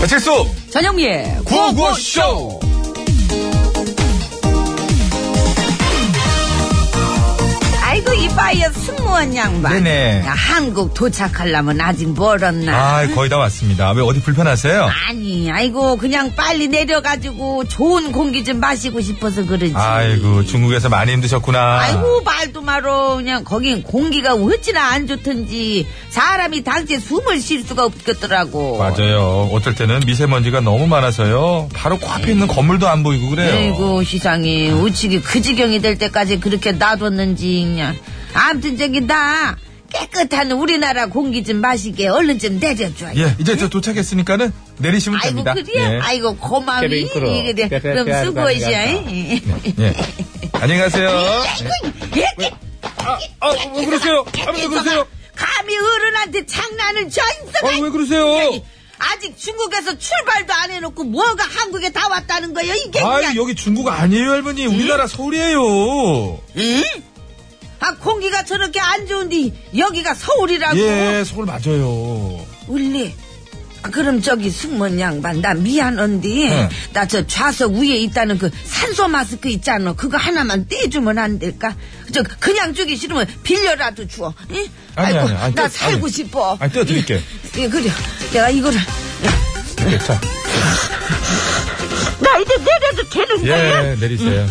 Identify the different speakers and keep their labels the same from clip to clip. Speaker 1: 배칠수
Speaker 2: 전영미의
Speaker 1: 구호구쇼
Speaker 2: 네, 아이고 이 파이어 승무원 양반
Speaker 1: 네네.
Speaker 2: 야, 한국 도착하려면 아직 멀었나
Speaker 1: 아 거의 다 왔습니다 왜 어디 불편하세요?
Speaker 2: 아니 아이고 그냥 빨리 내려가지고 좋은 공기 좀 마시고 싶어서 그러지
Speaker 1: 아이고 중국에서 많이 힘드셨구나
Speaker 2: 아이고, 말도 말어 그냥 거긴 공기가 어찌나 안 좋던지 사람이 당시에 숨을 쉴 수가 없겠더라고
Speaker 1: 맞아요 어떨 때는 미세먼지가 너무 많아서요 바로 코앞에 있는 건물도 안 보이고 그래요
Speaker 2: 아이고 시상이 우측이 그 지경이 될 때까지 그렇게 놔뒀는지 그냥 아무튼 저기 나 깨끗한 우리나라 공기 좀 마시게 얼른 좀 내려줘
Speaker 1: 예 이제 저 도착했으니까는 내리시면
Speaker 2: 아이고
Speaker 1: 됩니다
Speaker 2: 그래요
Speaker 1: 예.
Speaker 2: 아이고 고마워
Speaker 3: 개빈 크루.
Speaker 2: 이게 돼. 그럼 수고하시야 예.
Speaker 1: 예. 안녕히 가세요
Speaker 2: 이렇게
Speaker 1: 아왜 그러세요? 아 왜 그러세요?
Speaker 2: 감히 어른한테 장난을 쳐 있어
Speaker 1: 아 왜 그러세요?
Speaker 2: 아직 중국에서 출발도 안 해놓고 뭐가 한국에 다 왔다는 거예요 이게
Speaker 1: 아
Speaker 2: 그냥
Speaker 1: 여기 중국 아니에요 할머니 우리나라 서울이에요
Speaker 2: 응? 아 공기가 저렇게 안 좋은데 여기가 서울이라고
Speaker 1: 예 서울 맞아요
Speaker 2: 울리. 아, 그럼 저기 승무원 양반 나 미안한데
Speaker 1: 응.
Speaker 2: 나 저 좌석 위에 있다는 그 산소 마스크 있잖아 그거 하나만 떼주면 안 될까? 저 그냥 주기 싫으면 빌려라도 주어. 응?
Speaker 1: 아니,
Speaker 2: 아이고
Speaker 1: 아니, 아니, 떼-
Speaker 2: 나 살고
Speaker 1: 아니.
Speaker 2: 싶어.
Speaker 1: 아니, 떼어드릴게.
Speaker 2: 예, 예, 그래. 내가 이거를
Speaker 1: 이렇게 자
Speaker 2: 나 이제 내려도 되는 거야?
Speaker 1: 예, 내리세요. 예.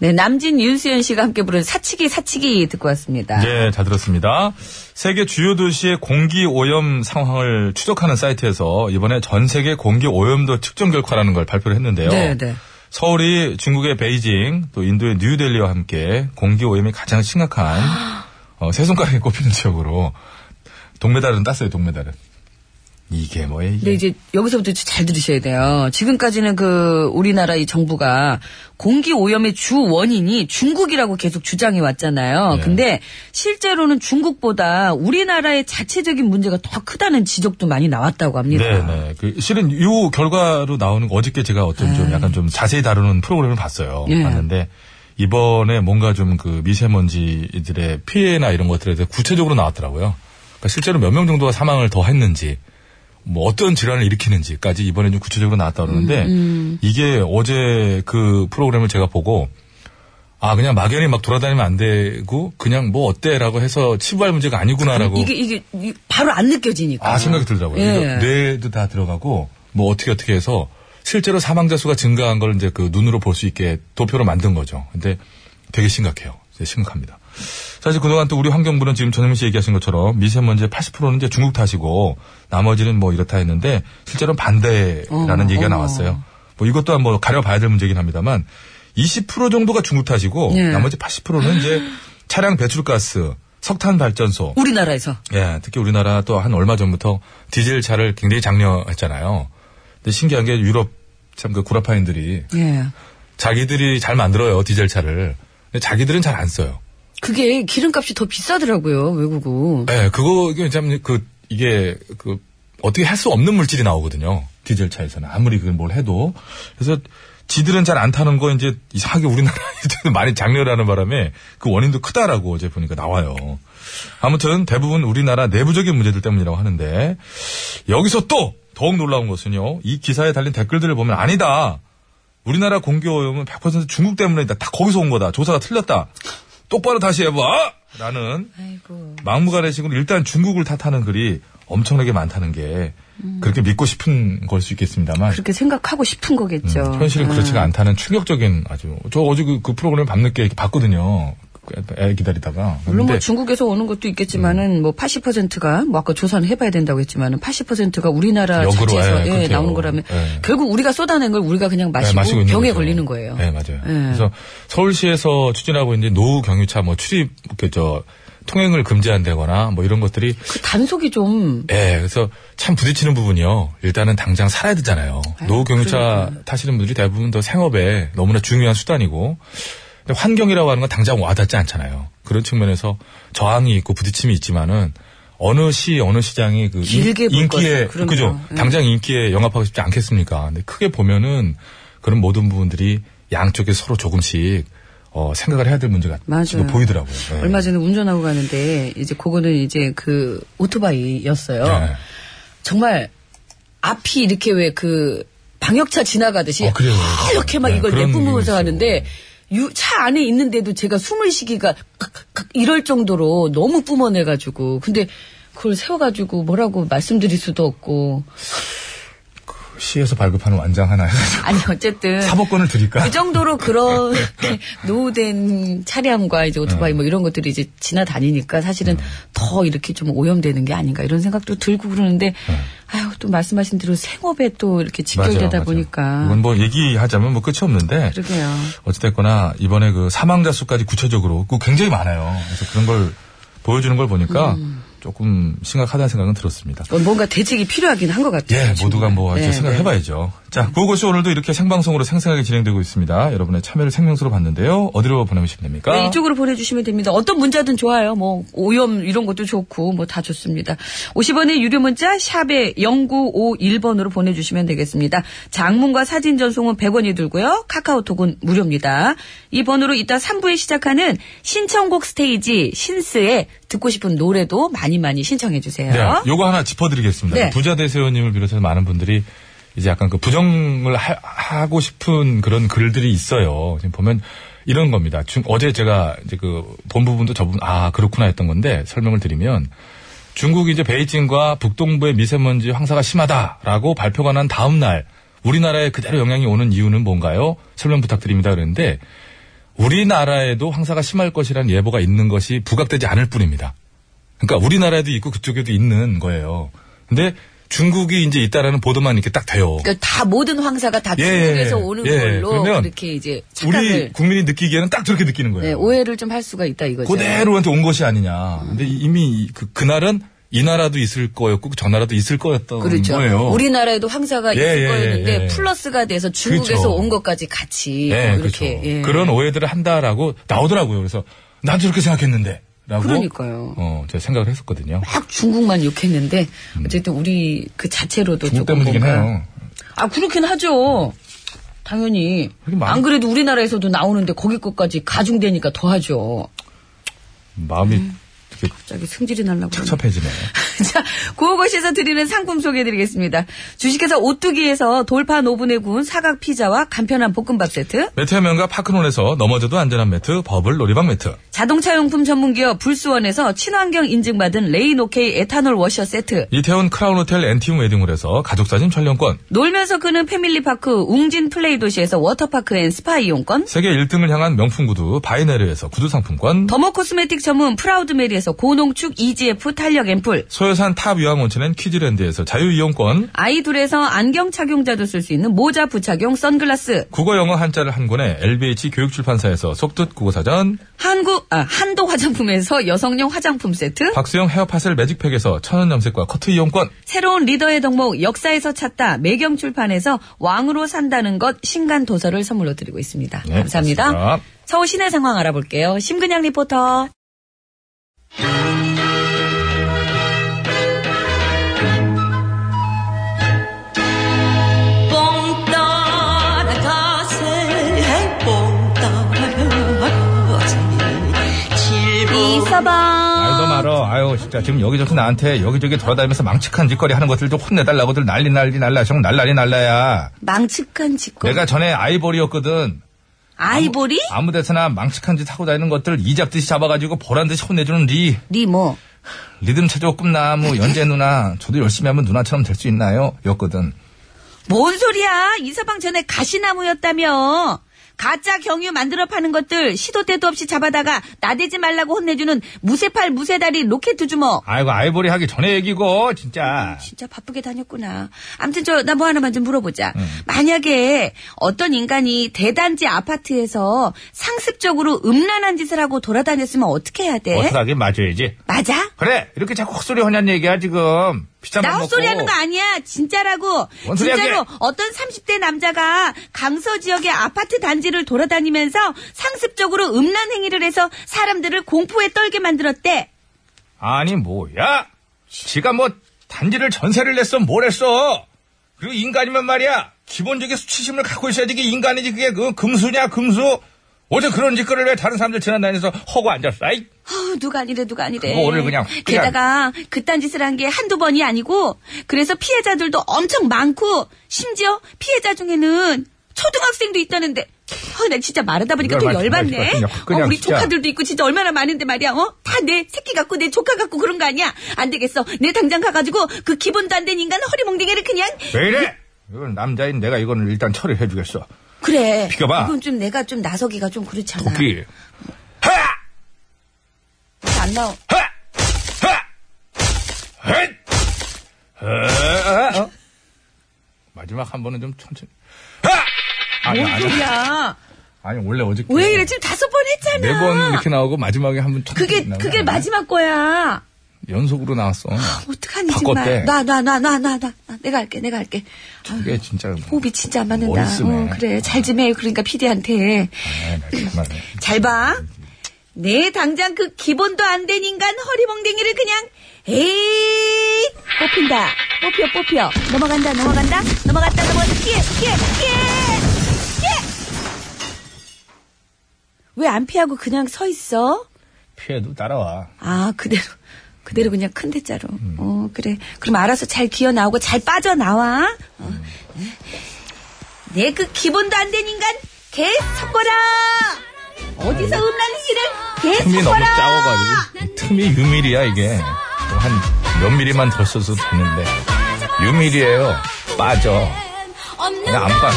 Speaker 2: 네 남진 윤수연 씨가 함께 부른 사치기 사치기 듣고 왔습니다.
Speaker 1: 예, 잘 들었습니다. 세계 주요 도시의 공기 오염 상황을 추적하는 사이트에서 이번에 전 세계 공기 오염도 측정 결과라는 걸 발표를 했는데요.
Speaker 2: 네, 네.
Speaker 1: 서울이 중국의 베이징, 또 인도의 뉴델리와 함께 공기 오염이 가장 심각한 어, 세 손가락에 꼽히는 지역으로 동메달은 땄어요, 동메달은. 이게 뭐야,
Speaker 4: 근데
Speaker 1: 이게.
Speaker 4: 이제 여기서부터 잘 들으셔야 돼요. 지금까지는 그 우리나라 이 정부가 공기 오염의 주 원인이 중국이라고 계속 주장해 왔잖아요.
Speaker 1: 네.
Speaker 4: 근데 실제로는 중국보다 우리나라의 자체적인 문제가 더 크다는 지적도 많이 나왔다고 합니다.
Speaker 1: 네, 네. 그, 실은 요 결과로 나오는 거 어저께 제가 어떤 좀 약간 좀 자세히 다루는 프로그램을 봤어요.
Speaker 4: 네. 예.
Speaker 1: 봤는데 이번에 뭔가 좀 그 미세먼지들의 피해나 이런 것들에 대해 구체적으로 나왔더라고요. 그러니까 실제로 몇 명 정도가 사망을 더 했는지 뭐 어떤 질환을 일으키는지까지 이번에 좀 구체적으로 나왔다
Speaker 4: 음,
Speaker 1: 그러는데 이게 어제 그 프로그램을 제가 보고 아 그냥 막연히 막 돌아다니면 안 되고 그냥 뭐 어때라고 해서 치부할 문제가 아니구나라고
Speaker 4: 이게 이게 이- 바로 안 느껴지니까.
Speaker 1: 아, 생각이 들더라고요.
Speaker 4: 예.
Speaker 1: 이거 뇌에도 다 들어가고, 뭐 어떻게 어떻게 해서 실제로 사망자 수가 증가한 걸 이제 그 눈으로 볼 수 있게 도표로 만든 거죠. 근데 되게 심각해요. 되게 심각합니다. 사실 그동안 또 우리 환경부는 지금 전현민 씨 얘기하신 것처럼 미세먼지의 80%는 이제 중국 탓이고 나머지는 뭐 이렇다 했는데 실제로는 반대라는
Speaker 4: 어,
Speaker 1: 얘기가
Speaker 4: 어.
Speaker 1: 나왔어요. 뭐 이것 또한 뭐 가려봐야 될 문제긴 합니다만 20% 정도가 중국 탓이고
Speaker 4: 예.
Speaker 1: 나머지 80%는 이제 차량 배출가스, 석탄 발전소
Speaker 4: 우리나라에서.
Speaker 1: 예, 특히 우리나라 또 한 얼마 전부터 디젤 차를 굉장히 장려했잖아요. 근데 신기한 게 유럽 참 그 구라파인들이
Speaker 4: 예.
Speaker 1: 자기들이 잘 만들어요 디젤 차를. 근데 자기들은 잘 안 써요.
Speaker 4: 그게 기름값이 더 비싸더라고요 외국은.
Speaker 1: 예, 그거 이게 참 그 이게 그 어떻게 할 수 없는 물질이 나오거든요. 디젤 차에서는 아무리 그걸 뭘 해도 그래서 지들은 잘 안 타는 거 이제 이상하게 우리나라 이제는 많이 장려하는 바람에 그 원인도 크다라고 어제 보니까 나와요. 아무튼 대부분 우리나라 내부적인 문제들 때문이라고 하는데 여기서 또 더욱 놀라운 것은요. 이 기사에 달린 댓글들을 보면 아니다. 우리나라 공기 오염은 100% 중국 때문이다. 다 거기서 온 거다. 조사가 틀렸다. 똑바로 다시 해봐. 라는
Speaker 4: 아이고.
Speaker 1: 막무가내식으로 일단 중국을 탓하는 글이 엄청나게 많다는 게 그렇게 믿고 싶은 걸 수 있겠습니다만
Speaker 4: 그렇게 생각하고 싶은 거겠죠. 아.
Speaker 1: 음, 현실은 그렇지가 않다는 충격적인 아주 저 어제 그, 그 프로그램 밤늦게 이렇게 봤거든요. 그 애 기다리다가
Speaker 4: 물론 뭐
Speaker 1: 근데
Speaker 4: 중국에서 오는 것도 있겠지만은 뭐 80%가 뭐 아까 조사는 해봐야 된다고 했지만은 80%가 우리나라
Speaker 1: 역으로,
Speaker 4: 자체에서
Speaker 1: 예,
Speaker 4: 예,
Speaker 1: 그렇죠.
Speaker 4: 나오는 거라면
Speaker 1: 예.
Speaker 4: 결국 우리가 쏟아낸 걸 우리가 그냥
Speaker 1: 네,
Speaker 4: 마시고,
Speaker 1: 마시고 있는
Speaker 4: 병에
Speaker 1: 거죠.
Speaker 4: 걸리는 거예요.
Speaker 1: 네, 맞아요.
Speaker 4: 예.
Speaker 1: 그래서 서울시에서 추진하고 있는 노후 경유차 뭐 출입 그저 통행을 금지한다거나 뭐 이런 것들이
Speaker 4: 그 단속이 좀
Speaker 1: 예, 그래서 참 부딪히는 부분이요. 일단은 당장 살아야 되잖아요. 노후 경유차 타시는 분들이 대부분 더 생업에 너무나 중요한 수단이고, 근데 환경이라고 하는 건 당장 와닿지 않잖아요. 그런 측면에서 저항이 있고 부딪힘이 있지만은 어느 시 어느 시장이 그 인-
Speaker 4: 길게 볼
Speaker 1: 인기에
Speaker 4: 거죠. 그럼요.
Speaker 1: 그죠
Speaker 4: 예.
Speaker 1: 당장 인기에 영합하고 싶지 않겠습니까? 근데 크게 보면은 그런 모든 부분들이 양쪽에 서로 조금씩 어, 생각을 해야 될 문제 같은
Speaker 2: 맞아요.
Speaker 1: 거 보이더라고요. 예.
Speaker 2: 얼마 전에 운전하고 가는데 이제 그거는 이제 그 오토바이였어요.
Speaker 1: 예.
Speaker 2: 정말 앞이 이렇게 왜 그 방역차 지나가듯이
Speaker 1: 아, 그래요.
Speaker 2: 이렇게 막
Speaker 1: 네,
Speaker 2: 이걸
Speaker 1: 그런
Speaker 2: 내뿜으면서
Speaker 1: 경우가
Speaker 2: 가는데
Speaker 1: 있어요.
Speaker 2: 유- 차 안에 있는데도 제가 숨을 쉬기가 칵칵칵 이럴 정도로 너무 뿜어내가지고 근데 그걸 세워가지고 뭐라고 말씀드릴 수도 없고
Speaker 1: 시에서 발급하는 완장 하나 해가지고
Speaker 2: 아니 어쨌든
Speaker 1: 사법권을 드릴까?
Speaker 2: 그 정도로 그런 노후된 차량과 이제 오토바이 뭐 이런 것들이 이제 지나다니니까 사실은
Speaker 1: 음.
Speaker 2: 더 이렇게 좀 오염되는 게 아닌가 이런 생각도 들고 그러는데 아유 또 말씀하신 대로 생업에 또 이렇게 집결되다
Speaker 1: 네. 맞아요, 맞아요.
Speaker 2: 보니까
Speaker 1: 이건 뭐 얘기하자면 뭐 끝이 없는데
Speaker 2: 그러게요.
Speaker 1: 어찌됐거나 이번에 그 사망자 수까지 구체적으로 그 굉장히 많아요. 그래서 그런 걸 보여주는 걸 보니까
Speaker 2: 음.
Speaker 1: 조금 심각하다는 생각은 들었습니다.
Speaker 2: 이건 뭐 뭔가 대책이 필요하긴 한 것 같아요.
Speaker 1: 예,
Speaker 2: 정말.
Speaker 1: 모두가 뭐 이제
Speaker 2: 네, 네.
Speaker 1: 생각해봐야죠. 자, 구호고쇼 오늘도 이렇게 생방송으로 생생하게 진행되고 있습니다. 여러분의 참여를 생명수로 봤는데요. 어디로 보내주시면 됩니까?
Speaker 2: 네, 이쪽으로 보내주시면 됩니다. 어떤 문자든 좋아요. 뭐 오염 이런 것도 좋고 뭐 다 좋습니다. 50원의 유료 문자 샵에 0951번으로 보내주시면 되겠습니다. 장문과 사진 전송은 100원이 들고요. 카카오톡은 무료입니다. 이 번호로 이따 3부에 시작하는 신청곡 스테이지 신스에 듣고 싶은 노래도 많이 많이 신청해 주세요.
Speaker 1: 네, 요거 하나 짚어드리겠습니다.
Speaker 2: 네.
Speaker 1: 부자 대세원님을 비롯해서 많은 분들이 이제 약간 그 부정을 하, 고 싶은 그런 글들이 있어요. 지금 보면 이런 겁니다. 중, 어제 제가 이제 그 본 부분도 저 부분 아 그렇구나 했던 건데 설명을 드리면 중국이 이제 베이징과 북동부의 미세먼지 황사가 심하다라고 발표가 난 다음 날 우리나라에 그대로 영향이 오는 이유는 뭔가요? 설명 부탁드립니다. 그랬는데 우리나라에도 황사가 심할 것이라는 예보가 있는 것이 부각되지 않을 뿐입니다. 그러니까 우리나라에도 있고 그쪽에도 있는 거예요. 근데 중국이 이제 있다라는 보도만 이렇게 딱 돼요.
Speaker 2: 그러니까 다 모든 황사가 다
Speaker 1: 예,
Speaker 2: 중국에서 오는
Speaker 1: 예.
Speaker 2: 걸로
Speaker 1: 그러면
Speaker 2: 이렇게 이제
Speaker 1: 우리
Speaker 2: 착각을
Speaker 1: 국민이 느끼기에는 딱 저렇게 느끼는 거예요.
Speaker 2: 네, 오해를 좀 할 수가 있다 이거죠.
Speaker 1: 그대로한테 온 것이 아니냐. 근데 이미 이- 그, 그날은 이 나라도 있을 거였고 저 나라도 있을 거였던
Speaker 2: 그렇죠.
Speaker 1: 거예요.
Speaker 2: 우리나라에도 황사가
Speaker 1: 음, 예,
Speaker 2: 있을
Speaker 1: 예,
Speaker 2: 거였는데
Speaker 1: 예, 예.
Speaker 2: 플러스가 돼서 중국에서
Speaker 1: 그렇죠.
Speaker 2: 온 것까지 같이
Speaker 1: 예,
Speaker 2: 뭐
Speaker 1: 그렇죠.
Speaker 2: 이렇게 예.
Speaker 1: 그런 오해들을 한다라고 나오더라고요. 그래서 난 저렇게 생각했는데. 라고
Speaker 2: 그러니까요.
Speaker 1: 어, 제가 생각을 했었거든요.
Speaker 2: 막 중국만 욕했는데 어쨌든 우리 그
Speaker 1: 음.
Speaker 2: 자체로도
Speaker 1: 중국
Speaker 2: 조금
Speaker 1: 때문이긴
Speaker 2: 뭔가-
Speaker 1: 해요.
Speaker 2: 아 그렇긴 하죠. 당연히
Speaker 1: 하긴 많이-
Speaker 2: 안 그래도 우리나라에서도 나오는데 거기 것까지 가중되니까 더 하죠.
Speaker 1: 마음이 이렇게
Speaker 2: 갑자기 승질이 날라고.
Speaker 1: 착잡해지네요.
Speaker 2: 자, 구호고시에서 드리는 상품 소개해드리겠습니다. 주식회사 오뚜기에서 돌판 오븐에 구운 사각 피자와 간편한 볶음밥 세트.
Speaker 1: 매트 해면과 파크론에서 넘어져도 안전한 매트, 버블 놀이방 매트.
Speaker 2: 자동차 용품 전문기업 불수원에서 친환경 인증받은 레인오케이 에탄올 워셔 세트.
Speaker 1: 이태원 크라운 호텔 엔티움 웨딩홀에서 가족사진 촬영권.
Speaker 2: 놀면서 그는 패밀리파크 웅진 플레이 도시에서 워터파크 앤 스파 이용권.
Speaker 1: 세계 1등을 향한 명품 구두 바이네르에서 구두 상품권.
Speaker 2: 더모 코스메틱 전문 프라우드메리에서 고농축 EGF 탄력 앰플.
Speaker 1: 소요산 탑 유황 온천엔 퀴즈랜드에서 자유이용권.
Speaker 2: 아이둘에서 안경 착용자도 쓸 수 있는 모자 부착용 선글라스.
Speaker 1: 국어 영어 한자를 한 권에 LBH 교육출판사에서 속뜻 국어사전.
Speaker 2: 한국, 아, 한도 화장품에서 여성용 화장품 세트.
Speaker 1: 박수영 헤어파셀 매직팩에서 천연 염색과 커트 이용권.
Speaker 2: 새로운 리더의 덕목 역사에서 찾다 매경 출판에서 왕으로 산다는 것 신간 도서를 선물로 드리고 있습니다.
Speaker 1: 네,
Speaker 2: 감사합니다.
Speaker 1: 고맙습니다.
Speaker 2: 서울 시내 상황 알아볼게요. 심근양 리포터.
Speaker 1: 알도
Speaker 2: 이서방.
Speaker 1: 말어. 아유, 진짜 지금 여기저기 나한테 여기저기 돌아다니면서 망측한 짓거리 하는 것들 좀 혼내달라고들 난리 난리 날라. 정 날라리 날라야.
Speaker 2: 망측한 짓고.
Speaker 1: 내가 전에 아이보리였거든.
Speaker 2: 아이보리?
Speaker 1: 아무 데서나 망측한 짓 하고 다니는 것들 이잡듯이 잡아가지고 보란듯이 혼내주는 리.
Speaker 2: 리모.
Speaker 1: 리듬 체조 꿈나무 연재 누나. 저도 열심히 하면 누나처럼 될 수 있나요? 였거든.
Speaker 2: 뭔 소리야? 이서방 전에 가시나무였다며. 가짜 경유 만들어 파는 것들 시도 때도 없이 잡아다가 나대지 말라고 혼내주는 무쇠팔 무쇠다리 로켓 주먹.
Speaker 1: 아이고 아이보리 하기 전에 얘기고 진짜.
Speaker 2: 진짜 바쁘게 다녔구나. 암튼 저 나 뭐 하나만 좀 물어보자. 만약에 어떤 인간이 대단지 아파트에서 상습적으로 음란한 짓을 하고 돌아다녔으면 어떻게 해야 돼?
Speaker 1: 어슬하게 맞아야지.
Speaker 2: 맞아?
Speaker 1: 그래 이렇게 자꾸 헛소리 하냐는 얘기야 지금. 비싼 밥
Speaker 2: 나
Speaker 1: 먹고.
Speaker 2: 헛소리 하는 거 아니야. 진짜라고.
Speaker 1: 뭔 소리야,
Speaker 2: 진짜로
Speaker 1: 그게?
Speaker 2: 어떤 30대 남자가 강서 지역의 아파트 단지를 돌아다니면서 상습적으로 음란 행위를 해서 사람들을 공포에 떨게 만들었대.
Speaker 1: 아니 뭐야? 지가 뭐 단지를 전세를 냈어 뭘 했어? 그리고 인간이면 말이야.
Speaker 5: 기본적인 수치심을 갖고 있어야지 이게 인간이지 그게 그 금수냐 금수 어제 그런 짓거리를 왜 다른 사람들 지나다니면서 허고 앉았어 아이
Speaker 2: 아우, 누가 아니래, 누가 아니래.
Speaker 5: 그거 오늘 그냥, 그냥.
Speaker 2: 게다가 그딴 짓을 한 게 한두 번이 아니고 그래서 피해자들도 엄청 많고 심지어 피해자 중에는 초등학생도 있다는데 어, 나 진짜 말하다 보니까 또
Speaker 5: 정말
Speaker 2: 열받네.
Speaker 5: 정말
Speaker 2: 어,
Speaker 5: 그냥
Speaker 2: 우리
Speaker 5: 진짜.
Speaker 2: 조카들도 있고 진짜 얼마나 많은데 말이야. 어? 다 내 새끼 같고 내 조카 같고 그런 거 아니야. 안 되겠어. 내 당장 가가지고 그 기본도 안 된 인간 허리몽댕이를 그냥
Speaker 5: 왜 이래 이건 남자인 내가 이거는 일단 처리해 주겠어
Speaker 2: 그래.
Speaker 5: 비켜봐.
Speaker 2: 이건 좀 내가 좀 나서기가 좀 그렇잖아.
Speaker 5: 도끼 하!
Speaker 2: 안 나와.
Speaker 5: 하! 하! 헷! 하! 어? 마지막 한 번은 좀 천천히 하! 아니
Speaker 2: 뭔
Speaker 5: 아니
Speaker 2: 소리야?
Speaker 5: 아니 원래 어저께
Speaker 2: 왜 이래? 지금 다섯 번 했잖아.
Speaker 5: 네 번 네. 이렇게 나오고 마지막에 한 번 천천히
Speaker 2: 그게
Speaker 5: 나오고
Speaker 2: 그게 마지막 거야.
Speaker 5: 연속으로 나왔어
Speaker 2: 어떡하니 정말.
Speaker 5: 바꿨대.
Speaker 2: 나 나 나 나 나 나 내가 할게 내가 할게. 아유,
Speaker 5: 그게 진짜 뭐.
Speaker 2: 호흡이 진짜 안 맞는다.
Speaker 5: 머리쓰네.
Speaker 2: 어, 그래 잘 좀 해. 그러니까 피디한테
Speaker 5: 네, 네, 정말.
Speaker 2: 잘 봐. 내 당장 그 기본도 안 된 인간 허리몽댕이를 그냥 에이 뽑힌다. 뽑혀 뽑혀 넘어간다 넘어간다 넘어갔다 넘어갔다 예, 피해 피해 피해 피해. 예. 왜 안 피하고 그냥 서 있어?
Speaker 5: 피해도 따라와.
Speaker 2: 아, 그대로. 그대로 그냥 큰 대자로.
Speaker 5: 음.
Speaker 2: 어, 그래. 그럼 알아서 잘 기어 나오고 잘 빠져 나와. 어.
Speaker 5: 음.
Speaker 2: 내 그 기본도 안 된 인간 개 섞어라. 어디서 음란 시를 개
Speaker 5: 틈이 너무
Speaker 2: 섞어라.
Speaker 5: 작아가지고 이 틈이 유밀이야 이게 한 몇 미리만 더 써도 되는데 유밀이에요. 빠져. 그냥 안 빠져.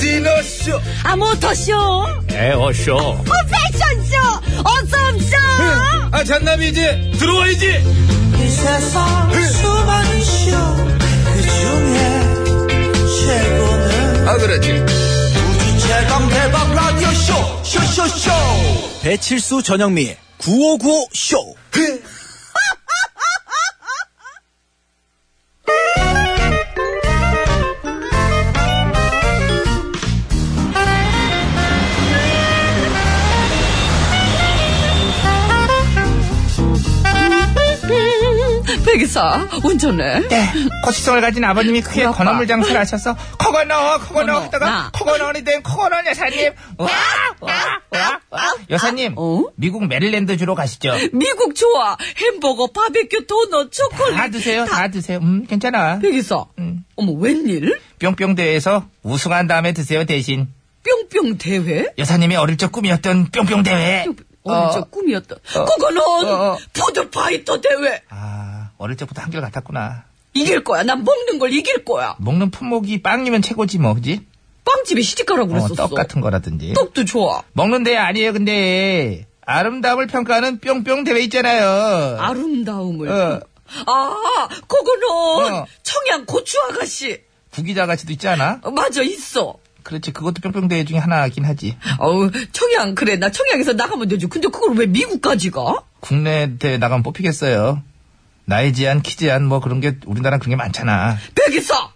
Speaker 5: 디너쇼
Speaker 2: 아, 모터쇼, 어,
Speaker 5: 네, 에어쇼
Speaker 2: 패션쇼, 어썸쇼.
Speaker 5: 아 잔남이 이제 들어와야지
Speaker 6: 이 세상 수많은 쇼그 중에 최고는
Speaker 5: 아 그렇지
Speaker 6: 우주 최강 대박 라디오 쇼 쇼쇼쇼 배칠수 전영미 9595 쇼.
Speaker 2: 백이사, 운전해.
Speaker 1: 네, 고시성을 가진 아버님이 크게
Speaker 2: 우리 아빠.
Speaker 1: 건어물 장사를 하셔서 커건어 커건어
Speaker 2: 나.
Speaker 1: 하다가 커건어니 된 커건어 여사님 와와와 여사님
Speaker 2: 어?
Speaker 1: 미국 메릴랜드 주로 가시죠
Speaker 2: 미국 좋아. 햄버거, 바베큐, 도넛, 초콜릿.
Speaker 1: 다 드세요 다 드세요 음 괜찮아
Speaker 2: 백이사, 어머, 웬일?
Speaker 1: 뿅뿅 대회에서 우승한 다음에 드세요 대신
Speaker 2: 뿅뿅 대회?
Speaker 1: 여사님의 어릴 적 꿈이었던 뿅뿅 대회
Speaker 2: 어릴 적 꿈이었던 그거는
Speaker 1: 어,
Speaker 2: 푸드파이터 대회
Speaker 1: 아 어릴 적부터 한결 같았구나
Speaker 2: 이길 거야 난 먹는 걸 이길 거야
Speaker 1: 먹는 품목이 빵이면 최고지 뭐 그지
Speaker 2: 빵집에 시집가라고
Speaker 1: 어,
Speaker 2: 그랬었어
Speaker 1: 떡 같은 거라든지 어.
Speaker 2: 도 좋아
Speaker 1: 먹는 데 아니에요 근데 아름다움을 평가하는 뿅뿅 대회 있잖아요
Speaker 2: 아름다움을
Speaker 1: 어.
Speaker 2: 아 그거는
Speaker 1: 어.
Speaker 2: 청양 고추 아가씨
Speaker 1: 구기자 가치도 있지 않아?
Speaker 2: 어, 맞아 있어
Speaker 1: 그렇지 그것도 뿅뿅 대회 중에 하나긴 하지
Speaker 2: 어우 청양 그래 나 청양에서 나가면 되지 근데 그걸 왜 미국까지 가?
Speaker 1: 국내 대회 나가면 뽑히겠어요 나이 제한 키 제한 뭐 그런 게 우리나라 그런 게 많잖아
Speaker 2: 백이사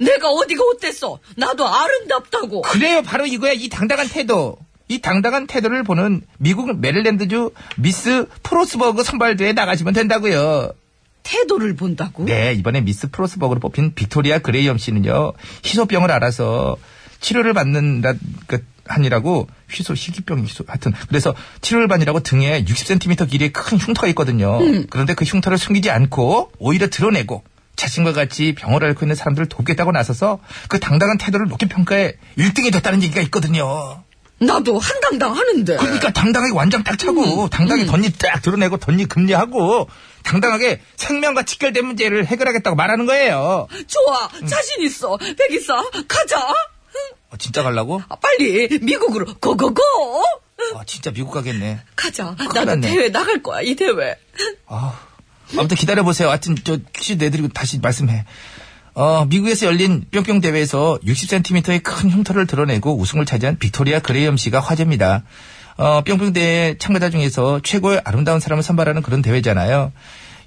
Speaker 2: 내가 어디가 어땠어 나도 아름답다고
Speaker 1: 그래요 바로 이거야 이 당당한 태도 이 당당한 태도를 보는 미국 메릴랜드주 미스 프로스버그 선발대회에 나가시면 된다고요
Speaker 2: 태도를 본다고?
Speaker 1: 네, 이번에 미스 프로스버그로 뽑힌 빅토리아 그레이엄 씨는요, 희소병을 알아서 치료를 받는, 라- 그, 한이라고, 희소, 희귀병, 희소, 하여튼. 그래서 치료를 받느라고 등에 60cm 길이의 큰 흉터가 있거든요. 그런데 그 흉터를 숨기지 않고, 오히려 드러내고, 자신과 같이 병을 앓고 있는 사람들을 돕겠다고 나서서, 그 당당한 태도를 높게 평가해 1등이 됐다는 얘기가 있거든요.
Speaker 2: 나도 한당당 하는데
Speaker 1: 그러니까 당당하게 완장 딱 차고 당당히 덧니 딱 드러내고 덧니 금리하고 당당하게 생명과 직결된 문제를 해결하겠다고 말하는 거예요.
Speaker 2: 좋아 자신 있어 백이사 가자
Speaker 1: 어, 진짜 갈라고?
Speaker 2: 아, 빨리 미국으로 고고고
Speaker 1: 아, 진짜 미국 가겠네.
Speaker 2: 가자
Speaker 1: 큰일
Speaker 2: 나도
Speaker 1: 났네.
Speaker 2: 대회 나갈 거야 이 대회
Speaker 1: 아, 아무튼 기다려 보세요. 하여튼 저 퀴즈 내드리고 다시 말씀해. 어, 미국에서 열린 뿅뿅 대회에서 60cm의 큰 흉터를 드러내고 우승을 차지한 빅토리아 그레이엄 씨가 화제입니다. 어, 뿅뿅 대회 참가자 중에서 최고의 아름다운 사람을 선발하는 그런 대회잖아요.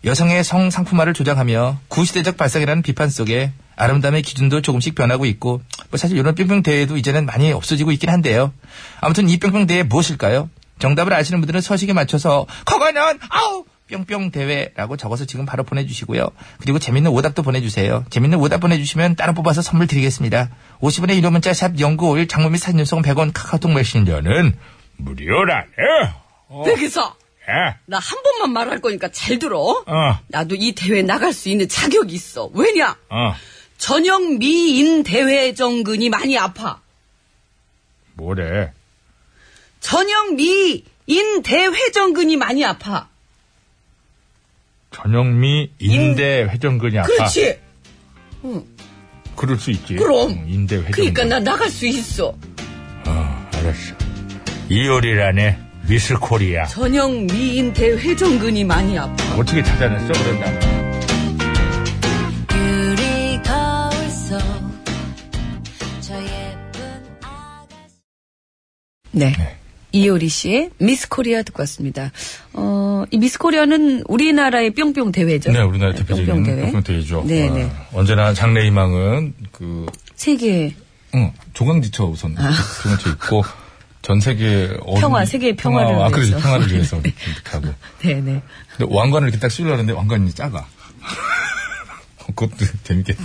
Speaker 1: 여성의 성 상품화를 조장하며 구시대적 발상이라는 비판 속에 아름다움의 기준도 조금씩 변하고 있고 뭐 사실 이런 뿅뿅 대회도 이제는 많이 없어지고 있긴 한데요. 아무튼 이 뿅뿅 대회 무엇일까요? 정답을 아시는 분들은 서식에 맞춰서 그거는 아우 뿅뿅 대회라고 적어서 지금 바로 보내주시고요. 그리고 재밌는 오답도 보내주세요. 재밌는 오답 보내주시면 따로 뽑아서 선물 드리겠습니다. 50원의 유료 문자 샵 연구5일 장문 및 사진 연속은 100원 카카오톡 메신저는
Speaker 5: 무료라네.
Speaker 2: 백이사
Speaker 5: 어. 예.
Speaker 2: 나 한 번만 말할 거니까 잘 들어.
Speaker 5: 어.
Speaker 2: 나도 이 대회 나갈 수 있는 자격이 있어. 왜냐?
Speaker 5: 어.
Speaker 2: 전형 미인 대회 정근이 많이 아파.
Speaker 5: 뭐래?
Speaker 2: 전형 미인 대회 정근이 많이 아파.
Speaker 5: 전영미 인대 회전근이 아파.
Speaker 2: 음. 그렇지.
Speaker 5: 그럴 수 있지.
Speaker 2: 그럼.
Speaker 1: 음,
Speaker 5: 응, 인대 회전근.
Speaker 2: 그러니까 나 나갈 수 있어.
Speaker 5: 어,
Speaker 2: 그러니까.
Speaker 5: 알았어. 이효리라네 미스 코리아.
Speaker 2: 전형 미인 대회 정근이 많이 아파.
Speaker 5: 어떻게 찾아냈어 그랬나?
Speaker 7: 유리 거울 속저 예쁜 아가씨
Speaker 2: 네. 이효리 씨의 미스 코리아 듣고 왔습니다. 어, 이 미스 코리아는 우리나라의 뿅뿅 대회죠.
Speaker 5: 네, 우리나라
Speaker 2: 네,
Speaker 5: 대표적인
Speaker 2: 뿅뿅 대회.
Speaker 5: dokumen터이죠.
Speaker 2: 네, 네.
Speaker 1: 어,
Speaker 5: 언제나 장래희망은 그
Speaker 2: 세계
Speaker 5: 응, 조강지처 우선 조강지처 있고 전 세계 어린-
Speaker 2: 아. 평화, 세계의 평화를
Speaker 5: 아, 그렇지
Speaker 2: 위해서.
Speaker 5: 평화를 위해서 이렇게 하고.
Speaker 2: 네, 네.
Speaker 5: 근데 왕관을 이렇게 딱 씌우려는데 왕관이 작아. 그것도 재밌겠다.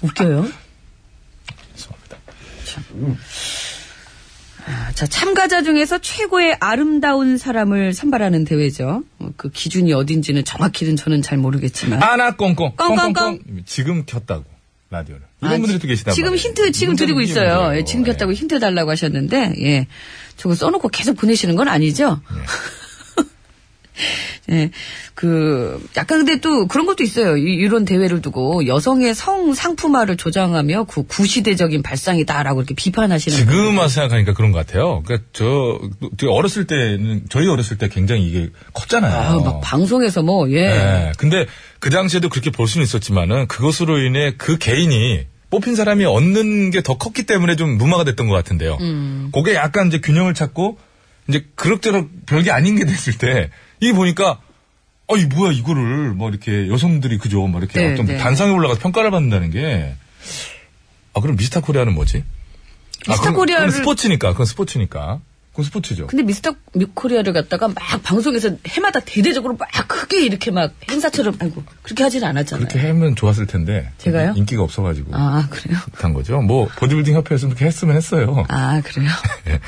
Speaker 2: 웃겨요.
Speaker 5: 죄송합니다.
Speaker 2: 아, 자, 참가자 중에서 최고의 아름다운 사람을 선발하는 대회죠. 어, 그 기준이 어딘지는 정확히는 저는 잘 모르겠지만.
Speaker 5: 아나 꽁꽁
Speaker 2: 꽁꽁꽁.
Speaker 5: 지금 켰다고 라디오를.
Speaker 2: 아,
Speaker 5: 이런 분들이 또 계시다.
Speaker 2: 지금 힌트 지금 드리고 있어요. 예, 지금 켰다고 힌트 달라고 하셨는데, 예. 저거 써놓고 계속 보내시는 건 아니죠? 예. 그, 약간 근데 또 그런 것도 있어요. 이, 이런 대회를 두고 여성의 성 상품화를 조장하며 그 구시대적인 발상이다라고 이렇게 비판하시는.
Speaker 5: 지금 와서 생각하니까 그런 것 같아요. 그러니까 저 되게 어렸을 때는 저희 어렸을 때 굉장히 이게 컸잖아요.
Speaker 2: 아, 막 방송에서 뭐, 예.
Speaker 5: 어. 예. 근데 그 당시에도 그렇게 볼 수는 있었지만은 그것으로 인해 그 개인이 뽑힌 사람이 얻는 게 더 컸기 때문에 좀 무마가 됐던 것 같은데요.
Speaker 2: 음.
Speaker 5: 그게 약간 이제 균형을 찾고 이제 그럭저럭 별게 아닌 게 됐을 때 이게 보니까 아, 이 뭐야 이거를 뭐 이렇게 여성들이 그죠 막 이렇게
Speaker 2: 네,
Speaker 5: 어떤
Speaker 2: 네.
Speaker 5: 단상에 올라가서 평가를 받는다는 게 아, 그럼 미스터 코리아는 뭐지? 아,
Speaker 2: 미스터
Speaker 5: 그건-
Speaker 2: 코리아를-
Speaker 5: 그건 스포츠니까. 그건 스포츠니까. 그건 스포츠죠.
Speaker 2: 근데 미스터 코리아를 갖다가 막 방송에서 해마다 대대적으로 막 크게 이렇게 막 행사처럼 아이고 그렇게 하진 않았잖아요.
Speaker 5: 그렇게 하면 좋았을 텐데.
Speaker 2: 제가요?
Speaker 5: 인기가 없어가지고.
Speaker 2: 아 그래요?
Speaker 5: 한 거죠. 뭐 보디빌딩 협회에서 그렇게 했으면 했어요.
Speaker 2: 아 그래요?
Speaker 5: 예.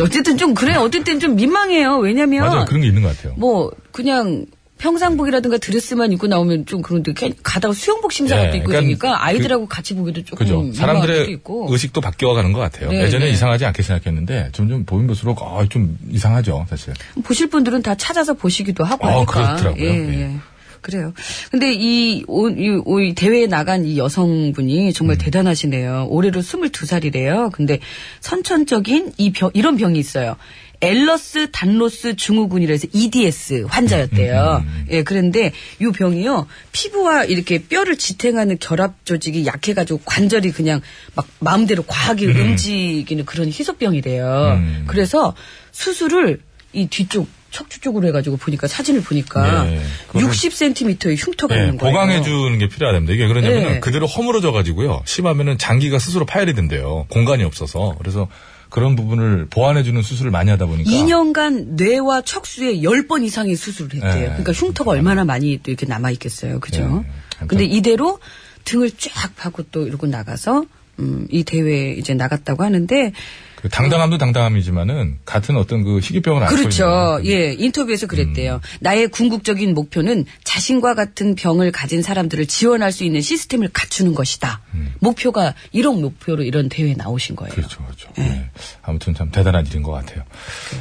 Speaker 2: 어쨌든 좀 그래 어쨌든 좀 민망해요. 왜냐면
Speaker 5: 맞아요. 그런 게 있는 것 같아요.
Speaker 2: 뭐 그냥 평상복이라든가 드레스만 입고 나오면 좀 그런데 괜- 가다가 수영복 심사가
Speaker 5: 예,
Speaker 2: 또 있고
Speaker 5: 그러니까
Speaker 2: 그러니까 아이들하고
Speaker 5: 그-
Speaker 2: 같이 보기도 조금
Speaker 5: 그죠.
Speaker 2: 민망할 수도
Speaker 5: 사람들의
Speaker 2: 음, 있고.
Speaker 5: 의식도 바뀌어가는 것 같아요.
Speaker 2: 네,
Speaker 5: 예전에
Speaker 2: 네.
Speaker 5: 이상하지 않게 생각했는데 점점 보인 볼수록 아, 좀 이상하죠, 사실.
Speaker 2: 보실 분들은 다 찾아서 보시기도 하고
Speaker 5: 어,
Speaker 2: 하니까.
Speaker 5: 그렇더라고요.
Speaker 2: 예,
Speaker 5: 예.
Speaker 2: 예. 그래요. 근데 이, 오, 이, 오- 이 대회에 나간 이 여성분이 정말 대단하시네요. 올해로 22살이래요. 근데 선천적인 이 병, 이런 병이 있어요. 엘러스 단로스 증후군이라서 EDS 환자였대요. 예, 그런데 이 병이요. 피부와 이렇게 뼈를 지탱하는 결합 조직이 약해가지고 관절이 그냥 막 마음대로 과하게 움직이는 그런 희소병이래요.
Speaker 5: 음.
Speaker 2: 그래서 수술을 이 뒤쪽 척추 쪽으로 해가지고 보니까 사진을 보니까
Speaker 5: 네, 그거는-
Speaker 2: 60cm의 흉터가
Speaker 5: 예,
Speaker 2: 있는 거예요.
Speaker 5: 보강해 주는 게 필요하답니다. 이게 그러냐면
Speaker 2: 예.
Speaker 5: 은 그대로 허물어져 가지고요. 심하면은 장기가 스스로 파열이된대요. 공간이 없어서. 그래서 그런 부분을 보완해 주는 수술을 많이 하다 보니까
Speaker 2: 2년간 뇌와 척수에 10번 이상의 수술을 했대요.
Speaker 5: 예,
Speaker 2: 그러니까 흉터가 얼마나 많이 또 이렇게 남아 있겠어요. 그죠?
Speaker 5: 예,
Speaker 2: 근데 이대로 등을 쫙 파고 또 이러고 나가서 음, 이 대회에 이제 나갔다고 하는데
Speaker 5: 그 당당함도 당당함이지만은 같은 어떤 그 희귀병을 앓고
Speaker 2: 그렇죠.
Speaker 5: 있는
Speaker 2: 예, 인터뷰에서 그랬대요.
Speaker 5: 음.
Speaker 2: 나의 궁극적인 목표는 자신과 같은 병을 가진 사람들을 지원할 수 있는 시스템을 갖추는 것이다. 목표가 이런 목표로 이런 대회에 나오신 거예요.
Speaker 5: 음. 그렇죠, 그렇죠. 예. 아무튼 참 대단한 일인 것 같아요.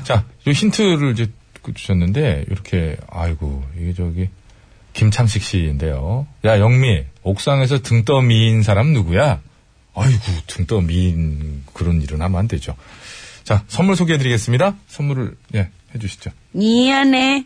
Speaker 5: 자, 요 힌트를 이제 그 주셨는데 이렇게 아이고 이게 저기 김창식 씨인데요. 야 영미 옥상에서 등떠 미인 사람 누구야? 아이고 등떠 미인 그런 일은 하면 안 되죠. 자 선물 소개해드리겠습니다. 선물을 예 해주시죠.
Speaker 2: 미안해.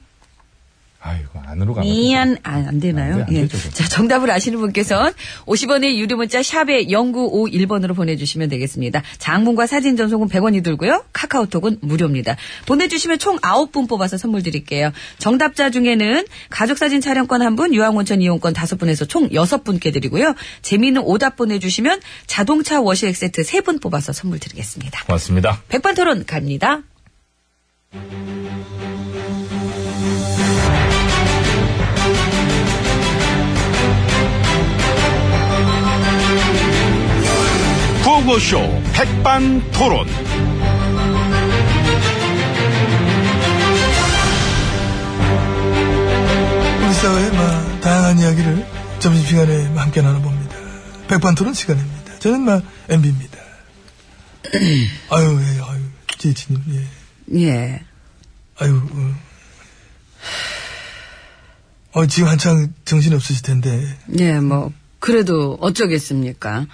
Speaker 5: 아이고, 안으로 가면.
Speaker 2: 미안, 아, 안 되나요?
Speaker 5: 안 돼, 안
Speaker 2: 예.
Speaker 5: 되죠, 그건.
Speaker 2: 자, 정답을 아시는 분께서는 50원의 유료 문자 샵에 0951번으로 보내주시면 되겠습니다. 장문과 사진 전송은 100원이 들고요. 카카오톡은 무료입니다. 보내주시면 총 9분 뽑아서 선물 드릴게요. 정답자 중에는 가족사진 촬영권 1분, 유황온천 이용권 5분에서 총 6분께 드리고요. 재미있는 오답 보내주시면 자동차 워시액 세트 3분 뽑아서 선물 드리겠습니다.
Speaker 5: 고맙습니다.
Speaker 2: 백반 토론 갑니다.
Speaker 8: 구호쇼 백반 토론.
Speaker 9: 우리 사회의 막 다양한 이야기를 점심시간에 막 함께 나눠봅니다. 백반토론 시간입니다. 저는 막 MB입니다. 아유, 예, 아유, 지혜진님, 예.
Speaker 2: 예.
Speaker 9: 아유, 어. 어, 지금 한창 정신이 없으실 텐데.
Speaker 2: 예, 뭐, 그래도 어쩌겠습니까.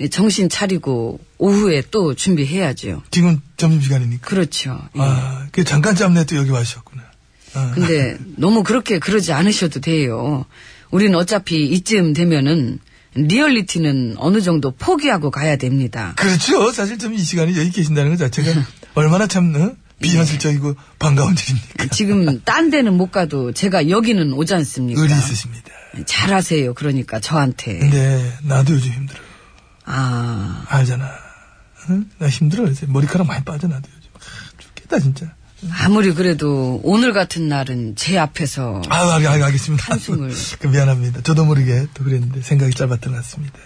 Speaker 2: 예, 정신 차리고 오후에 또 준비해야죠.
Speaker 9: 지금 점심시간이니까.
Speaker 2: 그렇죠. 예.
Speaker 9: 아, 그 잠깐 짬내 또 여기 와주셨구나. 아,
Speaker 2: 근데 너무 그렇게 그러지 않으셔도 돼요. 우린 어차피 이쯤 되면은 리얼리티는 어느 정도 포기하고 가야 됩니다.
Speaker 9: 그렇죠. 사실 좀 이 시간에 여기 계신다는 것 자체가 얼마나 참,
Speaker 2: 예.
Speaker 9: 어? 비현실적이고 반가운 일입니까?
Speaker 2: 지금 딴 데는 못 가도 제가 여기는 오지 않습니까?
Speaker 9: 의리 있으십니다.
Speaker 2: 잘하세요. 그러니까 저한테.
Speaker 9: 근데 나도 요즘 힘들어.
Speaker 2: 아,
Speaker 9: 알잖아. 응? 나 힘들어. 요새 머리카락 많이 빠져나도 요즘. 아, 죽겠다, 진짜.
Speaker 2: 아무리 그래도 오늘 같은 날은 제 앞에서
Speaker 9: 아유, 알, 알, 알겠습니다.
Speaker 2: 한숨을.
Speaker 9: 그 미안합니다. 저도 모르게 또 그랬는데 생각이 짧았던 것 같습니다.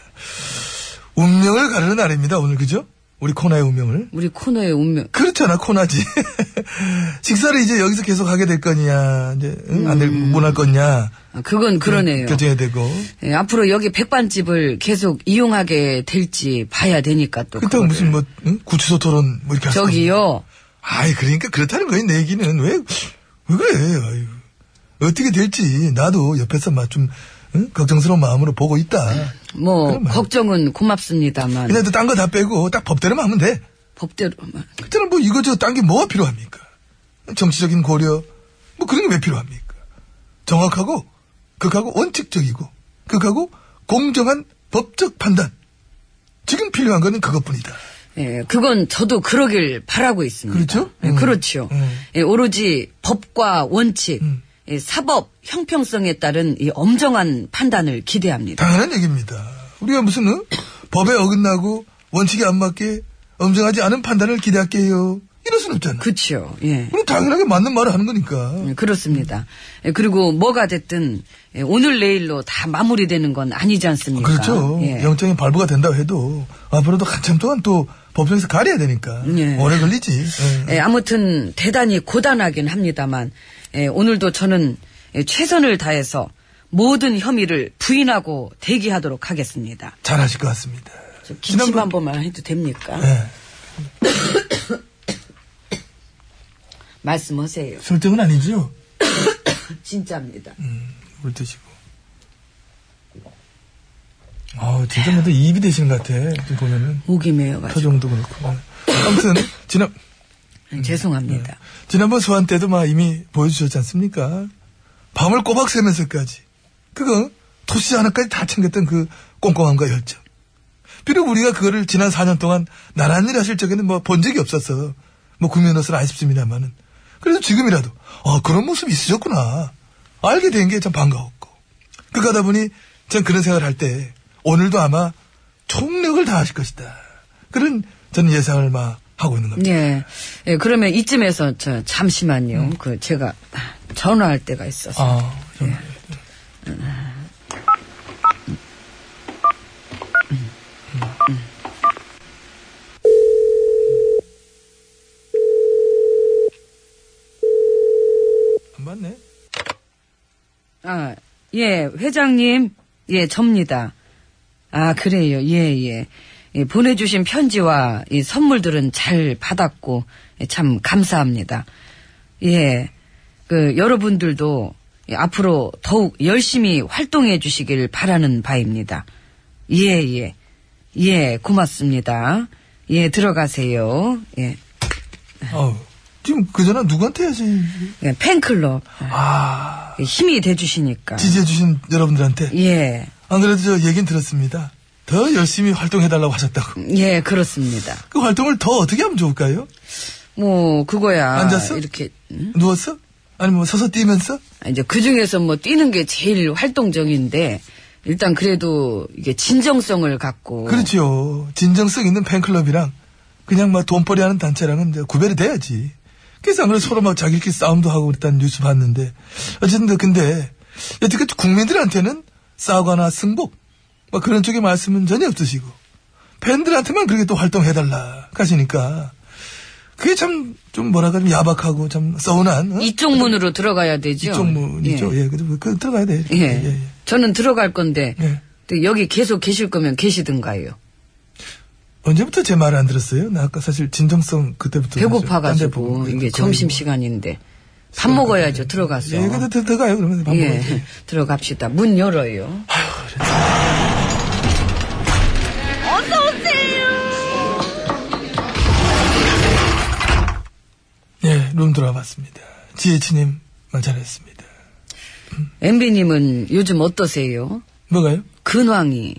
Speaker 9: 운명을 가르는 날입니다, 오늘, 그죠? 우리 코너의 운명을.
Speaker 2: 우리 코너의 운명
Speaker 9: 그렇잖아, 코너지. 식사를 이제 여기서 계속 하게 될 거냐, 이제, 응? 안 될, 못할 거냐.
Speaker 2: 아, 음. 그건 그러네요.
Speaker 9: 결정해야 되고.
Speaker 2: 예, 앞으로 여기 백반집을 계속 이용하게 될지 봐야 되니까 또. 그거를.
Speaker 9: 그렇다고 무슨 뭐, 응? 구치소 토론, 뭐 이렇게 할 수도 없는
Speaker 2: 저기요.
Speaker 9: 아이, 그러니까 그렇다는 거예요, 내 얘기는. 왜, 왜 그래, 아유. 어떻게 될지, 나도 옆에서 막 좀, 응? 걱정스러운 마음으로 보고 있다.
Speaker 2: 뭐
Speaker 9: 그런 말.
Speaker 2: 걱정은 고맙습니다만
Speaker 9: 그냥 또딴 거 다 빼고, 딱 법대로만 하면 돼.
Speaker 2: 법대로만
Speaker 9: 그때는 뭐 이거저거 딴 게 뭐가 필요합니까? 정치적인 고려, 뭐 그런 게 왜 필요합니까? 정확하고, 극하고 원칙적이고, 극하고 공정한 법적 판단. 지금 필요한 거는 그것뿐이다.
Speaker 2: 예, 그건 저도 그러길 바라고 있습니다.
Speaker 9: 그렇죠?
Speaker 2: 예,
Speaker 9: 음.
Speaker 2: 그렇죠.
Speaker 9: 음.
Speaker 2: 예, 오로지 법과 원칙, 예, 사법 형평성에 따른 이 엄정한 판단을 기대합니다.
Speaker 9: 당연한 얘기입니다. 우리가 무슨 어? 법에 어긋나고 원칙에 안 맞게 엄정하지 않은 판단을 기대할게요. 이럴 순 없잖아. 그...
Speaker 2: 그렇죠. 예.
Speaker 9: 럼 당연하게 맞는 말을 하는 거니까.
Speaker 2: 예, 그렇습니다. 예, 그리고 뭐가 됐든 예, 오늘 내일로 다 마무리되는 건 아니지 않습니까?
Speaker 9: 그렇죠.
Speaker 2: 예.
Speaker 9: 영장이 발부가 된다고 해도 앞으로도 한참 동안 또 법정에서 가려야 되니까
Speaker 2: 예.
Speaker 9: 오래 걸리지. 예.
Speaker 2: 예, 아무튼 대단히 고단하긴 합니다만 예, 오늘도 저는 예, 최선을 다해서 모든 혐의를 부인하고 대기하도록 하겠습니다.
Speaker 9: 잘하실 것 같습니다.
Speaker 2: 저 기침
Speaker 9: 지난번-
Speaker 2: 한 번만 해도 됩니까?
Speaker 9: 예.
Speaker 2: 말씀하세요.
Speaker 9: 설정은 아니죠.
Speaker 2: 진짜입니다.
Speaker 9: 음. 물 드시고. 아 진짜
Speaker 2: 예.
Speaker 9: 뭐또 입이 되시는 것 같아. 지금 보면은
Speaker 2: 목이 메여가지고
Speaker 9: 표정도 그렇고. 예. 아무튼 지난
Speaker 2: 음, 죄송합니다.
Speaker 9: 지난번 소환 때도 막 이미 보여주셨지 않습니까? 밤을 꼬박 새면서까지. 그거, 토시 하나까지 다 챙겼던 그 꼼꼼함과 열정. 비록 우리가 그거를 지난 4년 동안 나란 일 하실 적에는 뭐 본 적이 없어서, 뭐 구면허슬 아쉽습니다만은. 그래도 지금이라도, 아, 그런 모습이 있으셨구나. 알게 된 게 참 반가웠고. 그러다 보니, 전 그런 생각을 할 때, 오늘도 아마 총력을 다하실 것이다. 그런 저는 예상을 막 하고 있는 겁니다.
Speaker 2: 예. 예, 그러면 이쯤에서 저 잠시만요.
Speaker 9: 음.
Speaker 2: 그 제가 전화할 때가 있어서.
Speaker 9: 아, 좀 안 맞네.
Speaker 2: 아, 예, 회장님. 예, 접니다. 아, 그래요. 예, 예. 예, 보내주신 편지와 이 선물들은 잘 받았고, 예, 참 감사합니다. 예, 그, 여러분들도 예, 앞으로 더욱 열심히 활동해 주시길 바라는 바입니다. 예, 예. 예, 고맙습니다. 예, 들어가세요. 예.
Speaker 9: 어우, 지금 그전에 누구한테 해야지
Speaker 2: 예, 팬클럽. 예,
Speaker 9: 아
Speaker 2: 힘이 돼주시니까.
Speaker 9: 지지해주신 여러분들한테
Speaker 2: 예.
Speaker 9: 안 그래도 저 얘긴 들었습니다 더 열심히 활동해달라고 하셨다고
Speaker 2: 예, 그렇습니다.
Speaker 9: 그 활동을 더 어떻게 하면 좋을까요?
Speaker 2: 뭐, 그거야.
Speaker 9: 앉았어?
Speaker 2: 이렇게.
Speaker 9: 누웠어? 아니 뭐 서서 뛰면서?
Speaker 2: 아, 이제 그 중에서 뭐 뛰는 게 제일 활동적인데, 일단 그래도 이게 진정성을 갖고.
Speaker 9: 그렇죠. 진정성 있는 팬클럽이랑 그냥 막 돈벌이 하는 단체랑은 이제 구별이 돼야지. 그래서 안 그래도 서로 막 자기끼리 싸움도 하고 그랬다는 뉴스 봤는데. 어쨌든 그 근데 여태까지 국민들한테는 싸우거나 승복 막 그런 쪽의 말씀은 전혀 없으시고 팬들한테만 그렇게 또 활동해달라 하시니까 그게 참 좀 뭐랄까 좀 야박하고 참 서운한 어?
Speaker 2: 이쪽 문으로 들어가야 되죠.
Speaker 9: 이쪽 문이죠.
Speaker 2: 예.
Speaker 9: 예, 그래도 그 들어가야 돼.
Speaker 2: 예.
Speaker 9: 이렇게. 예, 예.
Speaker 2: 저는 들어갈 건데,
Speaker 9: 예.
Speaker 2: 또 여기 계속 계실 거면 계시든가요.
Speaker 9: 언제부터 제 말을 안 들었어요? 나 아까 사실 진정성 그때부터 딴데 보고
Speaker 2: 배고파가지고,
Speaker 9: 그랬-
Speaker 2: 이게
Speaker 9: 거의
Speaker 2: 점심시간인데. 밥 먹어야죠, 들어가서.
Speaker 9: 뭐. 예, 그래도 들- 들어가요 그러면 밥
Speaker 2: 예,
Speaker 9: 먹어야지.
Speaker 2: 들어갑시다. 문 열어요.
Speaker 9: 예, 룸 들어와봤습니다. 지혜치님 말 잘했습니다.
Speaker 2: 엠비님은 요즘 어떠세요?
Speaker 9: 뭐가요?
Speaker 2: 근황이.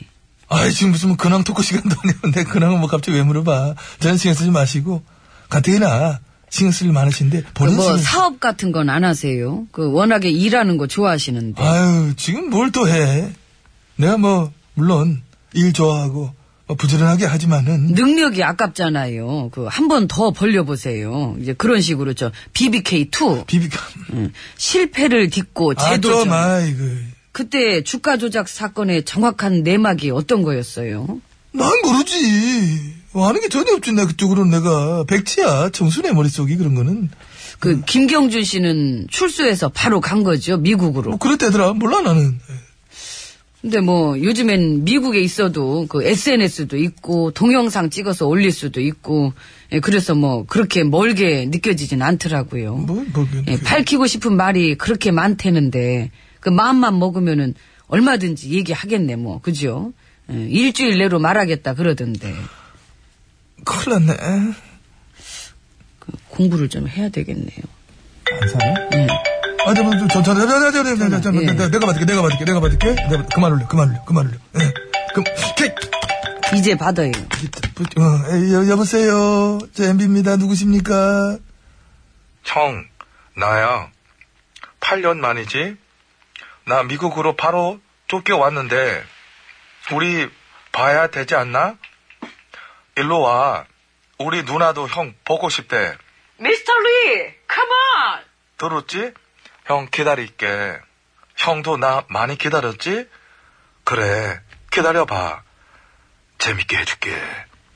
Speaker 9: 아, 지금 무슨 근황 토크 시간도 아니고 내 근황은 뭐 갑자기 왜 물어봐? 저는 신경 쓰지 마시고 가뜩이나 신경 쓸 일 많으신데
Speaker 2: 그
Speaker 9: 본인
Speaker 2: 뭐
Speaker 9: 신경 쓰-
Speaker 2: 사업 같은 건 안 하세요? 그 워낙에 일하는 거 좋아하시는데.
Speaker 9: 아유, 지금 뭘 또 해? 내가 뭐 물론 일 좋아하고 뭐 부지런하게 하지만은
Speaker 2: 능력이 아깝잖아요. 그 한 번 더 벌려보세요. 이제 그런 식으로 저 BBK2
Speaker 9: 비비가
Speaker 2: 음, 실패를 딛고 재도전.
Speaker 9: 아좀 아이고.
Speaker 2: 그때 주가 조작 사건의 정확한 내막이 어떤 거였어요?
Speaker 9: 난 모르지. 아는 게 전혀 없지. 나 그쪽으로는 내가 백치야. 청순의 머릿속이 그런 거는.
Speaker 2: 그
Speaker 9: 음.
Speaker 2: 김경준 씨는 출소해서 바로 간 거죠 미국으로.
Speaker 9: 뭐 그랬다더라. 몰라 나는.
Speaker 2: 근데 뭐 요즘엔 미국에 있어도 그 SNS도 있고 동영상 찍어서 올릴 수도 있고 예, 그래서 뭐 그렇게 멀게 느껴지진 않더라고요.
Speaker 9: 뭐, 뭐, 그,
Speaker 2: 예,
Speaker 9: 그-
Speaker 2: 밝히고 싶은 말이 그렇게 많다는데 그 마음만 먹으면은 얼마든지 얘기하겠네 뭐 그죠? 예, 일주일 내로 말하겠다 그러던데
Speaker 9: 큰일 났네. 아,
Speaker 2: 공부를 좀 해야 되겠네요.
Speaker 9: 안 사네? 아, 잠깐만, 저, 저, 저, 저, 저, 저, 저, 저, 저, 저,
Speaker 2: 예.
Speaker 9: 내가 내가 받을게, 내가 받을게, 내가 받을게. 내가 받- 그만 올려, 그만 올려, 그만 올려. 예. 그, 케
Speaker 2: 이제 받아요.
Speaker 9: 어, 에, 여, 여보세요. 저 MB입니다. 누구십니까?
Speaker 1: 형, 나야. 8년 만이지? 나 미국으로 바로 쫓겨왔는데, 우리 봐야 되지 않나? 일로 와. 우리 누나도 형 보고 싶대.
Speaker 2: 미스터 리, 컴온!
Speaker 1: 들었지? 형 기다릴게. 형도 나 많이 기다렸지? 그래, 기다려봐. 재밌게 해줄게.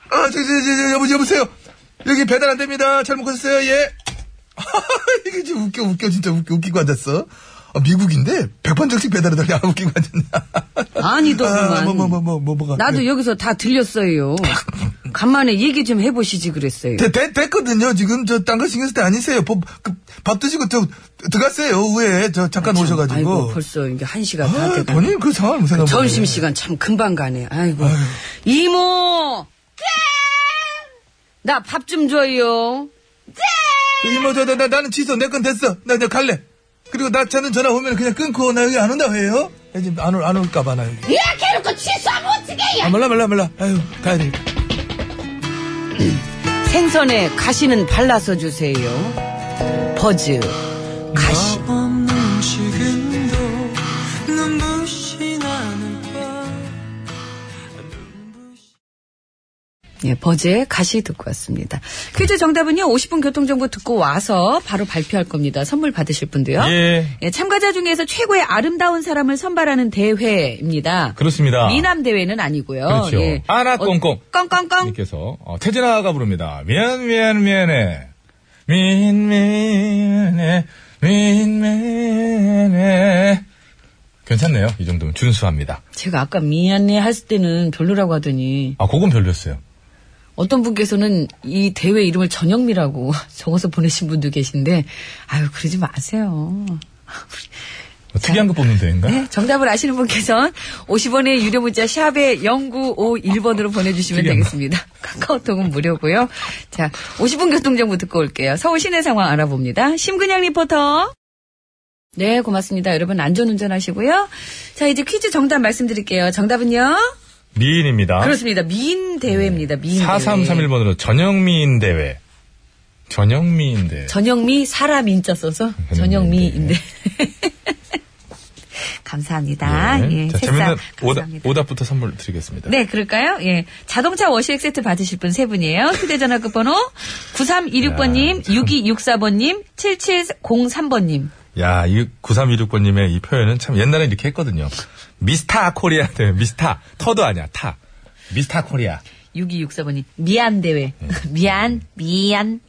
Speaker 9: 아, 저, 저, 저, 저, 여보, 여보세요. 여기 배달 안 됩니다. 잘못 갔어요, 예. 이게 지금 웃겨, 웃겨, 진짜 웃겨, 웃기고 앉았어. 아, 미국인데, 백반정식 배달해달라, 아, 웃기고 앉았네.
Speaker 2: 아니더구만.
Speaker 9: 아, 뭐, 뭐, 뭐, 뭐, 뭐, 뭐가.
Speaker 2: 나도
Speaker 9: 예.
Speaker 2: 여기서 다 들렸어요. 간만에 얘기 좀 해보시지 그랬어요.
Speaker 9: 되, 되, 됐거든요. 지금, 저, 딴 거 신경 쓸 때 아니세요. 밥, 그, 밥 드시고, 저, 들어갔어요. 후에, 저, 잠깐 오셔가지고.
Speaker 2: 아이고 벌써 이게 한 시가 다
Speaker 9: 아,
Speaker 2: 돼가.
Speaker 9: 본인 그 상황을
Speaker 5: 뭐.
Speaker 9: 생각해.
Speaker 2: 점심 시간 참 금방 가네. 아이고 이모, 나 밥 좀 줘요.
Speaker 9: 이모, 저, 나, 나, 나는 취소. 내 건 됐어. 나, 나 갈래. 그리고 나 차는 전화 오면 그냥 끊고, 나 여기 안 온다고 해요. 나 지금 안, 올, 안 올까봐, 나 여기.
Speaker 10: 이렇게 해놓고 취소하면 어떡해!
Speaker 9: 아, 몰라, 몰라, 몰라. 아유, 가야 돼.
Speaker 2: 생선에 가시는 발라서 주세요. 버즈 가시.
Speaker 5: 뭐?
Speaker 6: 없는 지금도 눈부신 하늘과
Speaker 2: 예, 버즈의 가시 듣고 왔습니다. 퀴즈 정답은요. 50분 교통정보 듣고 와서 바로 발표할 겁니다. 선물 받으실 분도요.
Speaker 5: 예.
Speaker 2: 예, 참가자 중에서 최고의 아름다운 사람을 선발하는 대회입니다.
Speaker 5: 그렇습니다.
Speaker 2: 미남 대회는 아니고요. 예.
Speaker 5: 그렇죠. 아나 꽁꽁.
Speaker 2: 어, 꽁꽁꽁.
Speaker 5: 님께서 어, 태진아가 부릅니다. 미안 미안 미안해 미안 미안해 미안 미안해 괜찮네요. 이 정도면 준수합니다.
Speaker 2: 제가 아까 미안해 할 때는 별로라고 하더니
Speaker 5: 아 그건 별로였어요.
Speaker 2: 어떤 분께서는 이 대회 이름을 전영미라고 적어서 보내신 분도 계신데 아유 그러지 마세요.
Speaker 5: 특이한 거 뽑는 데인가?
Speaker 2: 네, 정답을 아시는 분께서는 50원의 유료 문자 샵에 0951번으로 보내주시면
Speaker 5: 특이하다.
Speaker 2: 되겠습니다. 카카오톡은 무료고요. 자, 50분 교통정보 듣고 올게요. 서울 시내 상황 알아봅니다. 심근양 리포터. 네, 고맙습니다. 여러분 안전운전 하시고요. 자, 이제 퀴즈 정답 말씀드릴게요. 정답은요?
Speaker 5: 미인입니다.
Speaker 2: 그렇습니다. 미인 대회입니다. 미인 대회.
Speaker 5: 4331번으로 전영미인 대회. 전영미인 대회.
Speaker 2: 전영미 사람 인자 써서 전영미인데. 감사합니다.
Speaker 5: 네.
Speaker 2: 예,
Speaker 5: 자,
Speaker 2: 새싹
Speaker 5: 재밌는 오답,
Speaker 2: 감사합니다.
Speaker 5: 오답부터 선물 드리겠습니다.
Speaker 2: 네, 그럴까요? 예. 자동차 워시액 세트 받으실 분 세 분이에요. 휴대전화 끝번호 9326번님, 6264번님, 7703번님.
Speaker 5: 야, 이 9326번님의 이 표현은 참 옛날에 이렇게 했거든요. 미스타 코리아 대회, 미스타. 터도 아니야, 타. 미스타 코리아.
Speaker 2: 6264번님. 미안 대회.
Speaker 5: 네.
Speaker 2: 미안, 미안.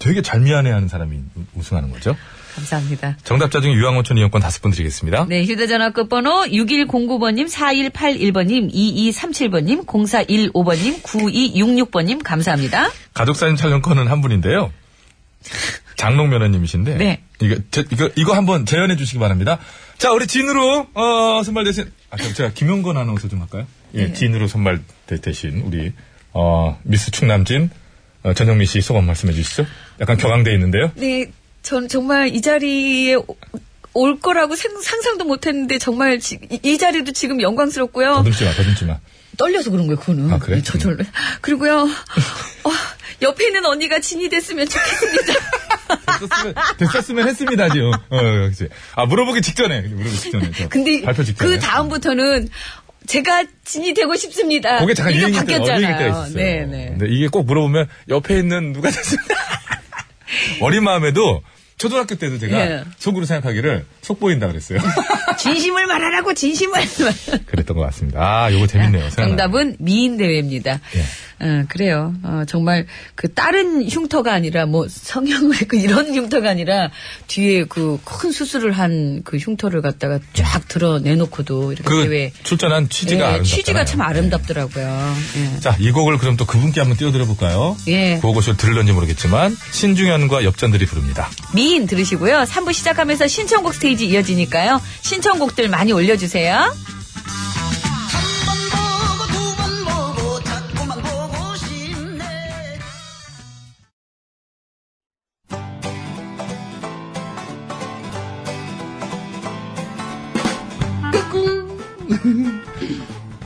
Speaker 5: 되게 잘 미안해하는 사람이 우승하는 거죠.
Speaker 2: 감사합니다.
Speaker 5: 정답자 중에 유황원촌 이용권 다섯 분 드리겠습니다.
Speaker 2: 네, 휴대전화 끝번호 6109번님, 4181번님, 2237번님, 0415번님, 9266번님, 감사합니다.
Speaker 5: 가족 사진 촬영권은 한 분인데요. 장롱 면허님이신데
Speaker 2: 네.
Speaker 5: 이거 제- 이거 이거 한번 재연해 주시기 바랍니다. 자 우리 진으로 어, 선발 대신 아 그럼 제가 김용건 아나운서 좀 할까요?
Speaker 2: 네.
Speaker 5: 예, 진으로 선발 대, 대신 우리 어, 미스 충남진 어, 전영미 씨 소감 말씀해 주시죠. 약간 격앙돼 있는데요.
Speaker 2: 네, 전 정말 이 자리에 오- 올 거라고 생- 상상도 못 했는데 정말 지- 이, 이 자리도 지금 영광스럽고요.
Speaker 5: 더듬지 마, 더듬지 마.
Speaker 2: 떨려서 그런 거예요, 그거는.
Speaker 5: 아, 그래?
Speaker 2: 저절로. 그리고요, 어, 옆에 있는 언니가 진이 됐으면 좋겠습니다.
Speaker 5: 됐었으면, 됐었으면 했습니다지. 어, 어, 그치. 아 물어보기 직전에 물어보기 직전에. 저
Speaker 2: 근데
Speaker 5: 발표 직전에.
Speaker 2: 그 다음부터는 제가 진이 되고 싶습니다.
Speaker 5: 그게 잠깐
Speaker 2: 이게
Speaker 5: 유행일 때, 어, 유행일 때가
Speaker 2: 바뀌었잖아요.
Speaker 5: 있었어요.
Speaker 2: 네, 네.
Speaker 5: 근데 이게 꼭 물어보면 옆에 있는 누가 됐습니다. 어린 마음에도 초등학교 때도 제가
Speaker 2: 예.
Speaker 5: 속으로 생각하기를 속 보인다 그랬어요.
Speaker 2: 진심을 말하라고 진심을.
Speaker 5: 그랬던 것 같습니다. 아, 요거 재밌네요. 생각나.
Speaker 2: 정답은 미인 대회입니다.
Speaker 5: 예.
Speaker 2: 어, 그래요. 어, 정말 그 다른 흉터가 아니라 뭐 성형을 했고 이런 흉터가 아니라 뒤에 그 큰 수술을 한 그 흉터를 갖다가 쫙 드러내놓고도 이렇게 대회
Speaker 5: 그 출전한 취지가
Speaker 2: 예, 취지가
Speaker 5: 아름답잖아요.
Speaker 2: 참 아름답더라고요. 예.
Speaker 5: 자, 이 곡을 그럼 또 그분께 한번 띄워드려 볼까요?
Speaker 2: 예.
Speaker 5: 그것을 들을런지 모르겠지만 신중현과 엽전들이 부릅니다.
Speaker 2: 미인 들으시고요. 3부 시작하면서 신청곡 스테이지 이어지니까요. 신청곡들 많이 올려주세요.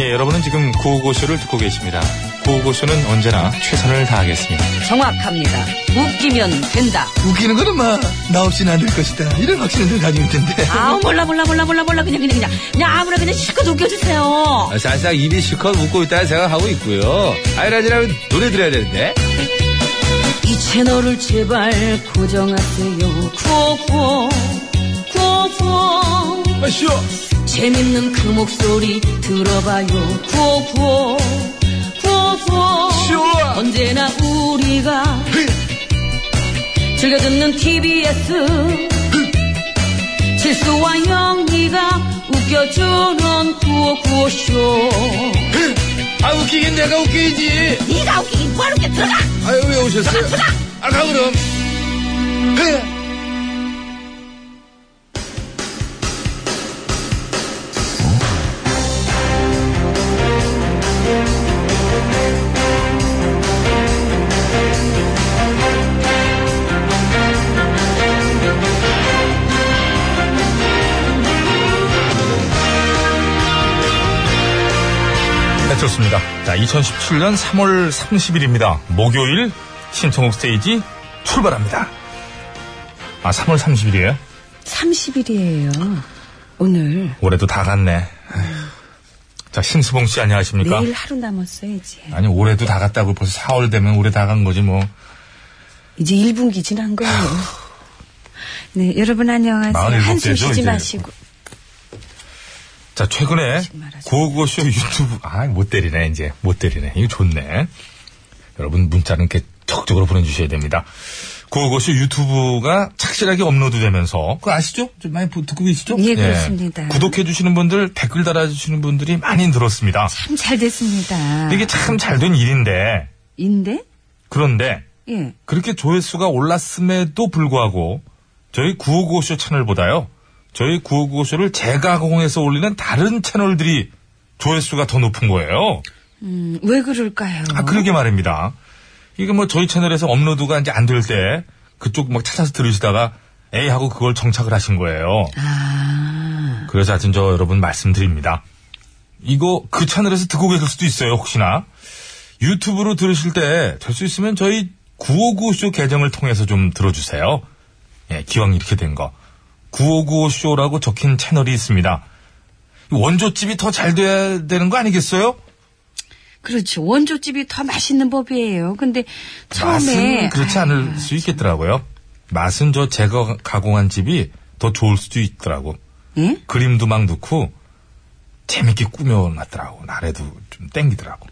Speaker 5: 예, 여러분은 지금 구호고쇼를 듣고 계십니다. 구호고쇼는 언제나 최선을 다하겠습니다.
Speaker 2: 정확합니다. 웃기면 된다.
Speaker 9: 웃기는 거는 마, 나 없이는 안 될 것이다. 이런 확신을 늘 가지고 있던데.
Speaker 2: 아우 몰라 몰라 몰라 몰라 몰라 그냥 그냥 그냥 그냥 아무나 그냥 실컷 웃겨주세요.
Speaker 1: 사실상 입이 실컷 웃고 있다는 생각하고 있고요. 아이라지라면 노래 들어야 되는데.
Speaker 2: 이 채널을 제발 고정하세요. 구호구호, 구호구호. 재밌는 그 목소리 들어봐요. 구호구호, 구호구호. 언제나 우리가 즐겨 듣는 TBS. 실수와 영리가 웃겨주는 구호구호쇼.
Speaker 1: 아, 웃기긴 내가 웃기지.
Speaker 2: 네가 웃기긴 뭘 웃겨 들어가!
Speaker 1: 아유, 왜 오셨어요? 아, 가, 그럼.
Speaker 5: 그렇습니다. 네, 자, 2017년 3월 30일입니다. 목요일 신청곡 스테이지 출발합니다. 아, 3월 30일이에요?
Speaker 7: 30일이에요. 오늘.
Speaker 5: 올해도 다 갔네. 아휴. 자, 심수봉 씨 안녕하십니까?
Speaker 7: 내일 하루 남았어요, 이제.
Speaker 5: 아니, 올해도 다 갔다고 벌써 4월 되면 올해 다 간 거지 뭐.
Speaker 7: 이제 1분기 지난 거예요. 네, 여러분 안녕하세요.
Speaker 5: 47
Speaker 7: 한숨
Speaker 5: 개죠,
Speaker 7: 쉬지
Speaker 5: 이제.
Speaker 7: 마시고.
Speaker 5: 자, 최근에
Speaker 7: 말하지
Speaker 5: 고고쇼 유튜브, 아, 못 때리네, 이제. 못 때리네. 이거 좋네. 여러분, 문자는 이렇게 적극적으로 보내주셔야 됩니다. 고고쇼 유튜브가 착실하게 업로드되면서, 그거 아시죠? 좀 많이 보- 듣고 계시죠?
Speaker 7: 예, 그렇습니다.
Speaker 5: 구독해주시는 분들, 댓글 달아주시는 분들이 많이 늘었습니다.
Speaker 7: 참 잘 됐습니다.
Speaker 5: 이게 참 잘 된 일인데,
Speaker 7: 인데?
Speaker 5: 그런데,
Speaker 7: 예.
Speaker 5: 그렇게 조회수가 올랐음에도 불구하고 저희 955쇼 채널보다요. 저희 955쇼를 재가공해서 올리는 다른 채널들이 조회수가 더 높은 거예요.
Speaker 7: 음, 왜 그럴까요?
Speaker 5: 아, 그러게 말입니다. 이게 뭐 저희 채널에서 업로드가 이제 안 될 때 그쪽 막 찾아서 들으시다가 에이 하고 그걸 정착을 하신 거예요.
Speaker 7: 아,
Speaker 5: 그래서 하여튼 저 여러분 말씀드립니다. 이거 그 채널에서 듣고 계실 수도 있어요, 혹시나. 유튜브로 들으실 때 될 수 있으면 저희 959쇼 계정을 통해서 좀 들어주세요. 예, 기왕 이렇게 된 거. 9595쇼라고 적힌 채널이 있습니다. 원조집이 더 잘 돼야 되는 거 아니겠어요?
Speaker 7: 그렇죠. 원조집이 더 맛있는 법이에요. 근데 처음에
Speaker 5: 맛은 그렇지 않을 수 있겠더라고요. 맛은 저 제가 가공한 집이 더 좋을 수도 있더라고.
Speaker 7: 예?
Speaker 5: 그림도 막 넣고 재밌게 꾸며놨더라고. 나래도 좀 땡기더라고.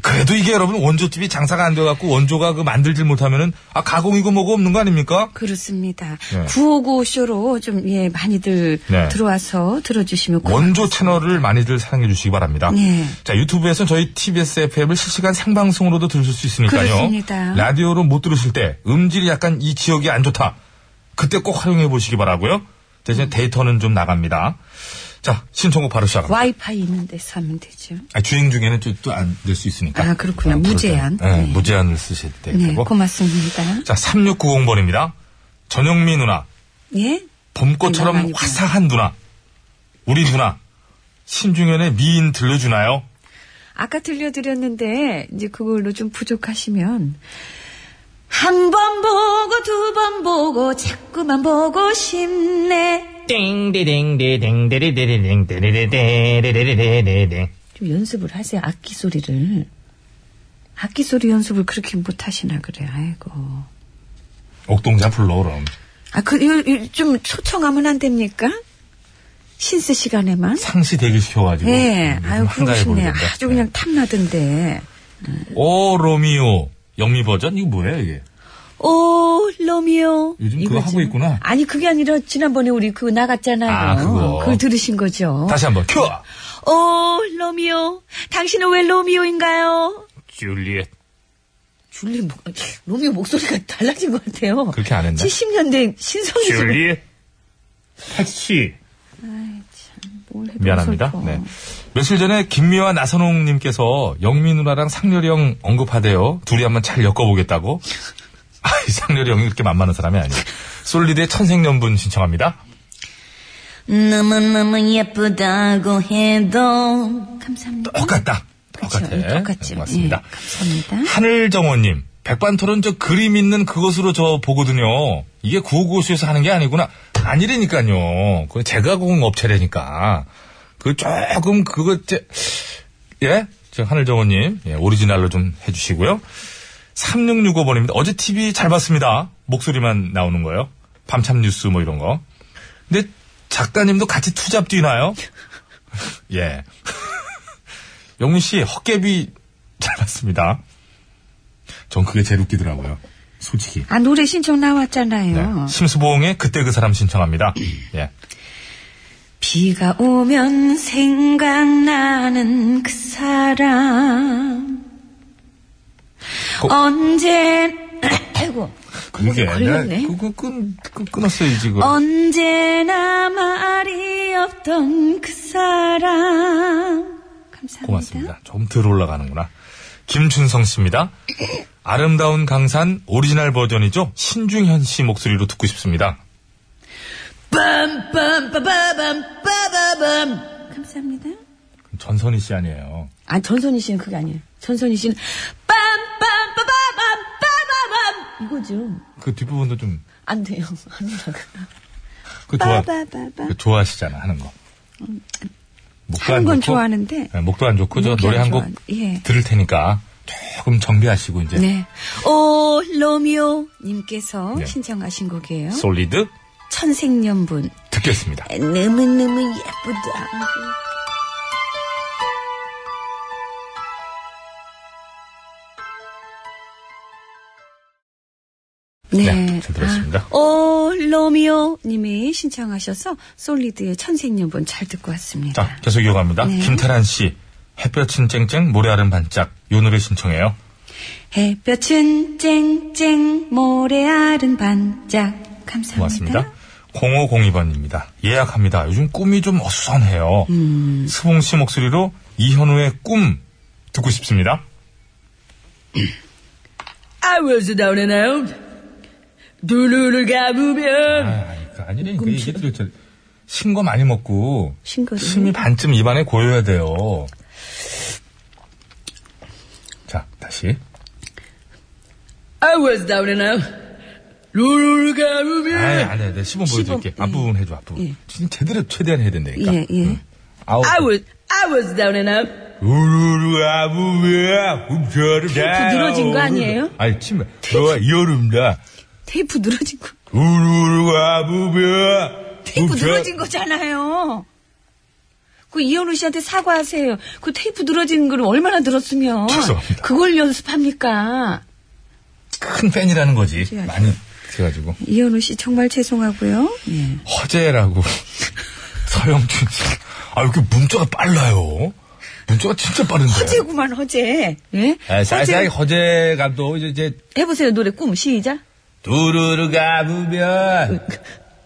Speaker 5: 그래도 이게 여러분 원조집이 장사가 안 돼갖고 원조가 그 만들질 못하면은 아 가공이고 뭐고 없는 거 아닙니까?
Speaker 7: 그렇습니다.
Speaker 5: 예.
Speaker 7: 959쇼로 좀, 예, 많이들
Speaker 5: 네.
Speaker 7: 들어와서 들어주시면
Speaker 5: 원조 채널을 많이들 사랑해 주시기 바랍니다.
Speaker 7: 네.
Speaker 5: 자 유튜브에서는 저희 TBS FM을 실시간 생방송으로도 들으실 수 있으니까요.
Speaker 7: 그렇습니다.
Speaker 5: 라디오로 못 들으실 때 음질이 약간 이 지역이 안 좋다. 그때 꼭 활용해 보시기 바라고요. 대신 에 데이터는 좀 나갑니다. 자 신청곡 바로 시작합니다.
Speaker 7: 와이파이 있는 데서 하면 되죠.
Speaker 5: 아, 주행 중에는 또안 될 수 있으니까.
Speaker 7: 아, 그렇구나.
Speaker 5: 그럴
Speaker 7: 무제한.
Speaker 5: 때는. 네,
Speaker 7: 네.
Speaker 5: 무제한을 쓰실 때.
Speaker 7: 네,
Speaker 5: 되고.
Speaker 7: 고맙습니다.
Speaker 5: 자, 3690번입니다. 전영미 누나,
Speaker 7: 예? 장난
Speaker 5: 봄꽃처럼
Speaker 7: 아니구나.
Speaker 5: 화사한 누나, 우리 누나, 신중현의 미인 들려주나요?
Speaker 7: 아까 들려드렸는데 이제 그걸로 좀 부족하시면 한 번 보고 두 번 보고 자꾸만 보고 싶네. 좀 연습을 하세요. 악기 소리를. 악기 소리 연습을 그렇게 못하시나 그래. 아이고.
Speaker 5: 옥동자 불러, 그럼.
Speaker 7: 아, 그, 요- 요- 좀 초청하면 안 됩니까? 신스 시간에만?
Speaker 5: 상시 대기시켜가지고.
Speaker 7: 네,
Speaker 5: 음,
Speaker 7: 아유, 그러고
Speaker 5: 한가해
Speaker 7: 싶네요.
Speaker 5: 보이던데. 네.
Speaker 7: 아주 그냥 탐나던데.
Speaker 5: 오, 로미오. 영미 버전? 이거 뭐예요, 이게?
Speaker 7: 오, 러미오.
Speaker 5: 요즘 그거 하고 있구나.
Speaker 7: 아니, 그게 아니라 지난번에 우리 그거 나갔잖아요.
Speaker 5: 아, 그거.
Speaker 7: 걸 들으신 거죠.
Speaker 5: 다시 한 번, 큐!
Speaker 7: 오, 러미오. 당신은 왜 로미오인가요?
Speaker 5: 줄리엣.
Speaker 7: 줄리, 목, 로미오 목소리가 달라진 것 같아요.
Speaker 5: 그렇게 안 했나?
Speaker 7: 70년대 신성이 좀-
Speaker 5: 택시.
Speaker 7: 뭘 해도
Speaker 5: 미안합니다.
Speaker 7: 무서워.
Speaker 5: 네. 며칠 전에 김미화 나선홍님께서 영미 누나랑 상렬이 형 언급하대요. 둘이 한번 잘 엮어보겠다고. 아, 이 상렬이 형이 그렇게 만만한 사람이 아니에요. 솔리드의 천생연분 신청합니다.
Speaker 2: 음, 너무너무 예쁘다고 해도
Speaker 7: 감사합니다.
Speaker 5: 똑같다. 똑같아.
Speaker 7: 그렇죠. 예, 똑같죠.
Speaker 5: 네, 맞습니다.
Speaker 7: 예, 감사합니다.
Speaker 5: 하늘정원님. 백반토론 저 그림 있는 그것으로 저 보거든요. 이게 구호고쇼에서 하는 게 아니구나. 아니라니까요. 그 제가공 업체라니까. 그 조금 그거 제 예? 저 하늘정원님. 예, 오리지널로 좀 해주시고요. 3665번입니다. 어제 TV 잘 봤습니다. 목소리만 나오는 거요. 밤참 뉴스 뭐 이런 거. 근데 작가님도 같이 투잡 뛰나요? 예. 영민 씨 헛개비 잘 봤습니다. 전 그게 제일 웃기더라고요. 솔직히.
Speaker 7: 아, 노래 신청 나왔잖아요.
Speaker 5: 네. 심수봉의 그때 그 사람 신청합니다. 예.
Speaker 7: 비가 오면 생각나는 그 사람.
Speaker 5: 고-
Speaker 7: 언제, 아이고.
Speaker 5: 그게
Speaker 7: 걸렸네. 네.
Speaker 5: 내가 그거 끊, 끊- 끊었어요 지금.
Speaker 7: 언제나 말이 없던 그 사람. 감사합니다.
Speaker 5: 고맙습니다. 좀 덜 올라가는구나. 김준성 씨입니다. 아름다운 강산 오리지널 버전이죠. 신중현 씨 목소리로 듣고 싶습니다.
Speaker 2: 빰빰빠바밤 빠바밤
Speaker 7: 감사합니다.
Speaker 5: 전선희 씨 아니에요.
Speaker 2: 아, 전선희 씨는 그게 아니에요. 전선희 씨는 빰빰빠바밤빠바밤 이거죠.
Speaker 5: 그 뒷부분도 좀 그
Speaker 2: 안 돼요. 안 올라가.
Speaker 5: 좋아
Speaker 2: 빠바바바.
Speaker 5: 그 좋아하시잖아 하는 거. 목도
Speaker 2: 하는
Speaker 5: 안
Speaker 2: 음, 건
Speaker 5: 좋고,
Speaker 2: 좋아하는데.
Speaker 5: 예, 목도 안 좋고 저
Speaker 2: 목이
Speaker 5: 노래
Speaker 2: 안
Speaker 5: 한 곡
Speaker 2: 좋아. 예.
Speaker 5: 들을 테니까 조금 정비하시고 이제
Speaker 2: 네. 오 로미오 님께서
Speaker 5: 네.
Speaker 2: 신청하신 곡이에요.
Speaker 5: 솔리드
Speaker 2: 천생연분.
Speaker 5: 듣겠습니다.
Speaker 2: 너무너무 예쁘다. 네.
Speaker 5: 네, 잘 들었습니다.
Speaker 2: 아, 오, 로미오 님이 신청하셔서 솔리드의 천생연분 잘 듣고 왔습니다.
Speaker 5: 자 계속 이어갑니다.
Speaker 2: 네.
Speaker 5: 김태란 씨 햇볕은 쨍쨍 모래알은 반짝 요 노래 신청해요.
Speaker 2: 햇볕은 쨍쨍 모래알은 반짝. 감사합니다.
Speaker 5: 고맙습니다. 0502번입니다. 예약합니다. 요즘 꿈이 좀 어수선해요.
Speaker 2: 음.
Speaker 5: 스봉 씨 목소리로 이현우의 꿈 듣고 싶습니다.
Speaker 7: 아,
Speaker 2: I was down and out. 두 눈을 감으면.
Speaker 5: 아, 아니래. 그 이게 도대체 신거 많이 먹고
Speaker 2: 신거를.
Speaker 5: 침이 반쯤 입안에 고여야 돼요. 자, 다시.
Speaker 2: I was down and out. 룰룰 감으면.
Speaker 5: 아니, 아니, 아니. 10번 보여드릴게.
Speaker 2: 예.
Speaker 5: 앞부분 해줘, 앞부분.
Speaker 2: 예.
Speaker 5: 진짜 제대로 최대한 해야 된다니까.
Speaker 2: 예, 예.
Speaker 5: 아우.
Speaker 2: I was, I was down and out.
Speaker 5: 우르르 아부야, 움켜르다.
Speaker 2: 부드러진 거 아니에요?
Speaker 5: 아니, 침, 좋아, 여름다.
Speaker 2: 테이프 늘어진 거.
Speaker 5: 우르르 아부야.
Speaker 2: 테이프 늘어진 거잖아요. 그 이현우 씨한테 사과하세요. 그 테이프 늘어진 걸 얼마나 들었으면.
Speaker 5: 죄송합니다.
Speaker 2: 그걸 연습합니까?
Speaker 5: 큰 팬이라는 거지. 많이 돼가지고.
Speaker 2: 예. 이현우 씨 정말 죄송하고요. 예.
Speaker 5: 허재라고 서영준 씨. 아, 이렇게 문자가 빨라요. 문자가 진짜 빠른데.
Speaker 2: 허재구만 허재. 예?
Speaker 5: 예, 살살 허재 감독 이제, 이제
Speaker 2: 해보세요 노래 꿈 시작.
Speaker 5: 두루루
Speaker 2: 어,
Speaker 5: 가보면
Speaker 2: 그,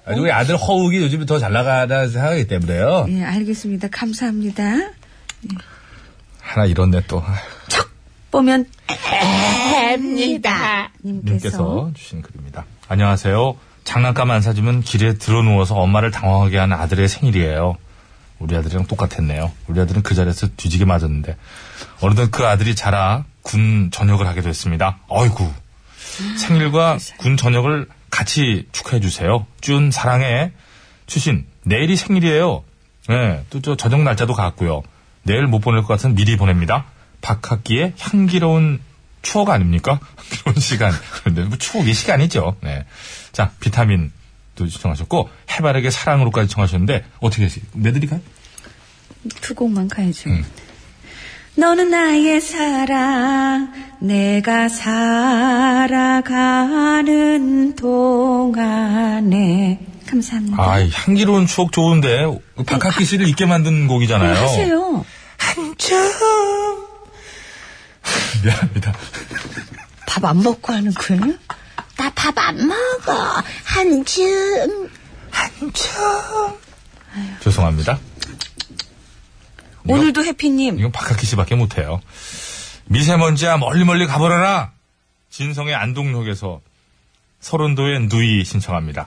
Speaker 5: 아, 우리 아들 허욱이 요즘에 더 잘 나가다 생각하기 때문에요.
Speaker 2: 예 알겠습니다. 감사합니다.
Speaker 5: 하나 이렇네 또
Speaker 2: 보면 합니다. 님께서
Speaker 5: 님께서 주신 글입니다. 안녕하세요. 장난감 안 사주면 길에 들어 누워서 엄마를 당황하게 하는 아들의 생일이에요. 우리 아들이랑 똑같았네요. 우리 아들은 그 자리에서 뒤지게 맞았는데 어느덧 그 아들이 자라 군 전역을 하게 됐습니다. 어이구 생일과 군 전역을 같이 축하해 주세요. 준 사랑해 출신 내일이 생일이에요. 네, 또저 저녁 날짜도 같고요. 내일 못 보낼 것 같은 미리 보냅니다. 박학기의 향기로운 추억 아닙니까? 그런 시간. 그런데 뭐 추억이 시간이죠. 네. 자, 비타민도 신청하셨고, 해바라기 사랑으로까지 청하셨는데, 어떻게 하시, 내드릴까요?
Speaker 2: 두 곡만 가야죠.
Speaker 5: 음.
Speaker 2: 너는 나의 사랑, 내가 살아가는 동안에 감사합니다.
Speaker 5: 아, 이 향기로운 추억 좋은데, 그 박학기 씨를 잊게 만든 곡이잖아요.
Speaker 2: 음. 하세요.
Speaker 5: 미안합니다.
Speaker 2: 밥 안 먹고 하는 거예요?
Speaker 10: 나 밥 안 먹어. 한줌.
Speaker 5: 죄송합니다.
Speaker 2: 오늘도 해피님.
Speaker 5: 이건 박학기 씨밖에 못해요. 미세먼지야 멀리 멀리 가버려라. 진성의 안동역에서 서른도의 누이 신청합니다.
Speaker 2: 아,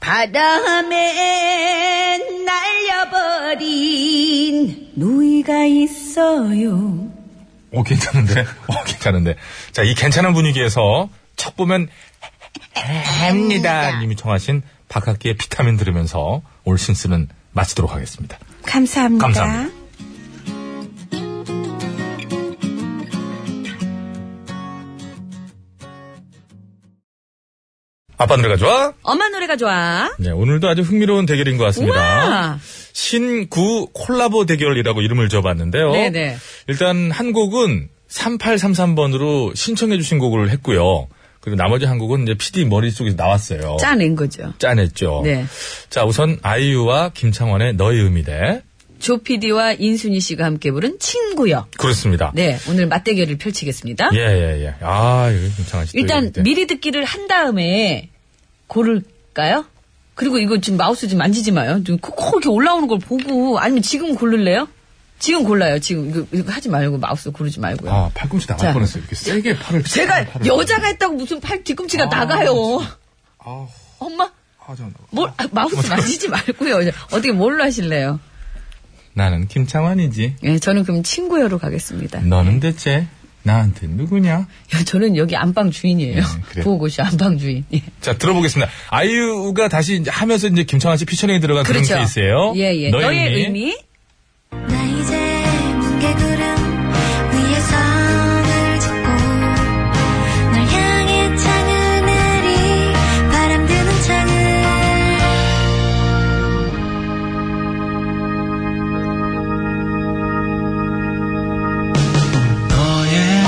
Speaker 10: 바람에 날려버린
Speaker 2: 누이가 있어요.
Speaker 5: 오, 괜찮은데? 어, 괜찮은데. 자, 이 괜찮은 분위기에서 첫 보면 합니다 님이 청하신 박학기의 비타민 들으면서 올 신스는 마치도록 하겠습니다.
Speaker 2: 감사합니다.
Speaker 5: 감사합니다. 아빠 노래가 좋아?
Speaker 2: 엄마 노래가 좋아.
Speaker 5: 네, 오늘도 아주 흥미로운 대결인 것 같습니다.
Speaker 2: 우와.
Speaker 5: 신구 콜라보 대결이라고 이름을 지어봤는데요.
Speaker 2: 네네.
Speaker 5: 일단 한 곡은 3833번으로 신청해주신 곡을 했고요. 그리고 나머지 한 곡은 이제 PD 머릿속에서 나왔어요.
Speaker 2: 짜낸 거죠.
Speaker 5: 짠했죠.
Speaker 2: 네.
Speaker 5: 자, 우선 아이유와 김창원의 너의 의미대.
Speaker 2: 조 PD와 인순이 씨가 함께 부른 친구요.
Speaker 5: 그렇습니다.
Speaker 2: 네, 오늘 맞대결을 펼치겠습니다.
Speaker 5: 예, 예, 예. 아, 이거 김창원씨.
Speaker 2: 일단 미리 듣기를 한 다음에 고를까요? 그리고 이거 지금 마우스 좀 만지지 마요. 지금 콕콕 이렇게 올라오는 걸 보고 아니면 지금 고를래요? 지금 골라요. 지금 이거, 이거 하지 말고 마우스 고르지 말고요.
Speaker 5: 아, 팔꿈치 나갈
Speaker 2: 자.
Speaker 5: 뻔했어요. 이렇게 세게 팔을.
Speaker 2: 제가
Speaker 5: 팔을-
Speaker 2: 여자가 했다고 무슨 팔
Speaker 5: 아,
Speaker 2: 뒤꿈치가 나가요. 어,
Speaker 5: 아우,
Speaker 2: 엄마
Speaker 5: 아, 좀-
Speaker 2: 뭘 아, 마우스 만지지 말고요. 어떻게 뭘로 하실래요?
Speaker 5: 나는 김창완이지.
Speaker 2: 예, 저는 그럼 친구여로 가겠습니다.
Speaker 5: 너는 대체 나한테 누구냐?
Speaker 2: 예, 저는 여기 안방 주인이에요.
Speaker 5: 예, 그래요.
Speaker 2: 부호고시 안방 주인. 예.
Speaker 5: 자, 들어보겠습니다. 아이유가 다시 이제 하면서 이제 김창완 씨 피처링이 들어간 그런
Speaker 2: 그렇죠.
Speaker 5: 케이스예요.
Speaker 2: 예, 예.
Speaker 5: 너의, 의미.
Speaker 7: 나 이제 뭉게구름 위에 선을 짓고 널 향해 창을 내리 바람 드는 창을
Speaker 6: 너의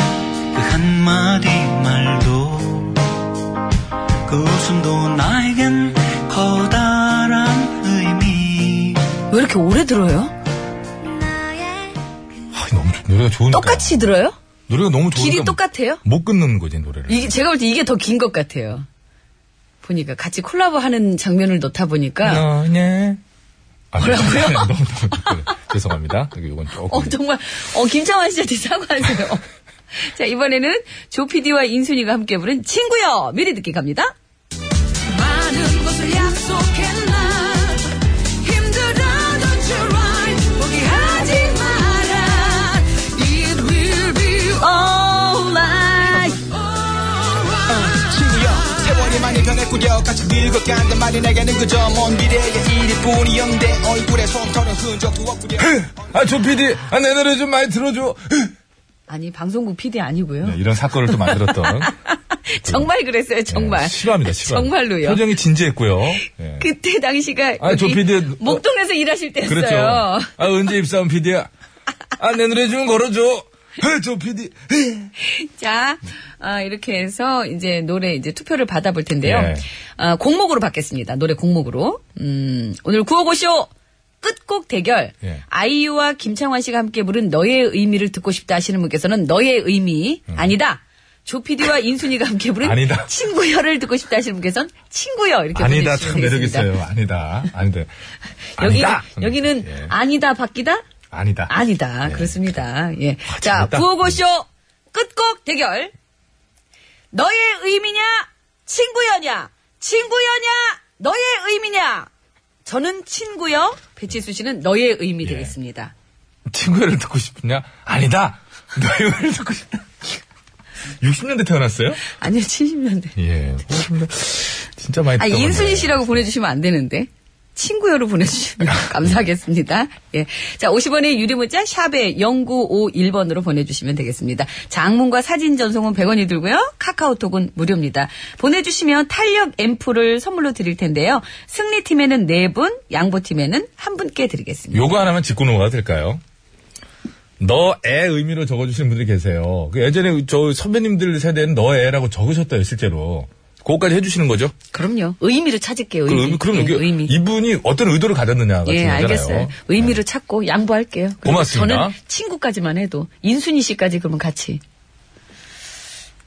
Speaker 6: 그 한마디 말도 그 웃음도 나에겐 커다란 의미
Speaker 2: 왜 이렇게 오래 들어요?
Speaker 5: 아, 너무 좋- 노래가 좋으니까.
Speaker 2: 똑같이 들어요?
Speaker 5: 노래가 너무 좋으니까. 뭐
Speaker 2: 길이 똑같아요?
Speaker 5: 못 끊는 거지, 노래를.
Speaker 2: 이게 제가 볼 때 이게 더 긴 것 같아요. 보니까 같이 콜라보하는 장면을 넣다
Speaker 5: 어.
Speaker 2: 보니까
Speaker 5: 너네. 아,
Speaker 2: 뭐라고요?
Speaker 5: 너무, 너무 부끄러워요. 죄송합니다. 여기 이건 조금.
Speaker 2: 어 정말 어 김창완 씨한테 사과하세요. 자 이번에는 조 PD와 인순이가 함께 부른 친구여 미리 듣기 갑니다.
Speaker 11: 많은 것을 약속했나 힘들어도 try 포기하지 마라 It will be
Speaker 2: Oh my
Speaker 11: alright
Speaker 1: 세월이 많이 변했구려 같이 늙어간단 말이 내게는 그저 먼 미래의 일일 뿐이었는데 얼굴에 솜털은 흔적도 없구려
Speaker 5: 아, 조 PD. 아, 내 노래 좀 많이 들어줘.
Speaker 2: 아니 방송국 PD 아니고요.
Speaker 5: 네, 이런 사건을 또 만들었던.
Speaker 2: 정말 그랬어요 정말.
Speaker 5: 네, 싫어합니다, 싫어.
Speaker 2: 정말로요.
Speaker 5: 표정이 진지했고요. 예.
Speaker 2: 그때 당시가
Speaker 5: 아, 조
Speaker 2: 여기
Speaker 5: PD.
Speaker 2: 목동에서 일하실 때였어요.
Speaker 5: 그렇죠. 아, 언제 입사한 PD야? 아, 내 노래 좀 걸어줘. 헤, 조 PD. 헤.
Speaker 2: 자, 아, 이렇게 해서 이제 노래 이제 투표를 받아볼 텐데요.
Speaker 5: 예.
Speaker 2: 아, 공목으로 받겠습니다. 노래 공목으로. 음, 오늘 구호고쇼 끝곡 대결.
Speaker 5: 예.
Speaker 2: 아이유와 김창완 씨가 함께 부른 너의 의미를 듣고 싶다 하시는 분께서는 너의 의미 아니다. 조피디와 인순이가 함께 부른
Speaker 5: 음. 아니다.
Speaker 2: 친구여를 듣고 싶다 하시는 분께서는 친구여 이렇게
Speaker 5: 아니다,
Speaker 2: 보내주시면
Speaker 5: 참
Speaker 2: 되겠습니다.
Speaker 5: 매력있어요. 아니다. 아니다.
Speaker 2: 여기
Speaker 5: 아니다.
Speaker 2: 여기는
Speaker 5: 예.
Speaker 2: 아니다 바뀌다
Speaker 5: 아니다.
Speaker 2: 아니다.
Speaker 5: 예.
Speaker 2: 그렇습니다. 예. 자,
Speaker 5: 아, 재밌다.
Speaker 2: 구호고쇼 끝곡 대결. 너의 의미냐? 친구여냐? 친구여냐? 너의 의미냐? 저는 친구여. 배치수 씨는 너의 의미
Speaker 5: 예.
Speaker 2: 되겠습니다.
Speaker 5: 친구를 듣고 싶냐? 아니다. 너의 노래를 듣고 싶다. 60년대 태어났어요?
Speaker 2: 아니요, 70년대.
Speaker 5: 예. 어, 근데 진짜 많이
Speaker 2: 아,
Speaker 5: 듣다
Speaker 2: 인순이
Speaker 5: 보네요.
Speaker 2: 씨라고 보내주시면 안 되는데. 친구여로 보내주시면 감사하겠습니다. 예. 자, 50원의 유료문자 샵에 0951번으로 보내주시면 되겠습니다. 장문과 사진 전송은 100원이 들고요. 카카오톡은 무료입니다. 보내주시면 탄력 앰플을 선물로 드릴 텐데요. 승리팀에는 4분, 양보팀에는 1분께 드리겠습니다.
Speaker 5: 요거 하나만 짚고 넘어가도 될까요? 너의 의미로 적어주시는 분들이 계세요. 그 예전에 저 선배님들 세대는 너의라고 적으셨다요, 실제로. 그거까지 해주시는 거죠?
Speaker 2: 그럼요. 의미를 찾을게요.
Speaker 5: 그
Speaker 2: 의미.
Speaker 5: 의미, 그럼
Speaker 2: 예,
Speaker 5: 여기
Speaker 2: 의미.
Speaker 5: 이분이 어떤 의도를 가졌느냐가
Speaker 2: 예,
Speaker 5: 중요하잖아요. 네.
Speaker 2: 알겠어요. 의미를 찾고 양보할게요. 그리고
Speaker 5: 고맙습니다.
Speaker 2: 저는 친구까지만 해도 인순이 씨까지 그러면 같이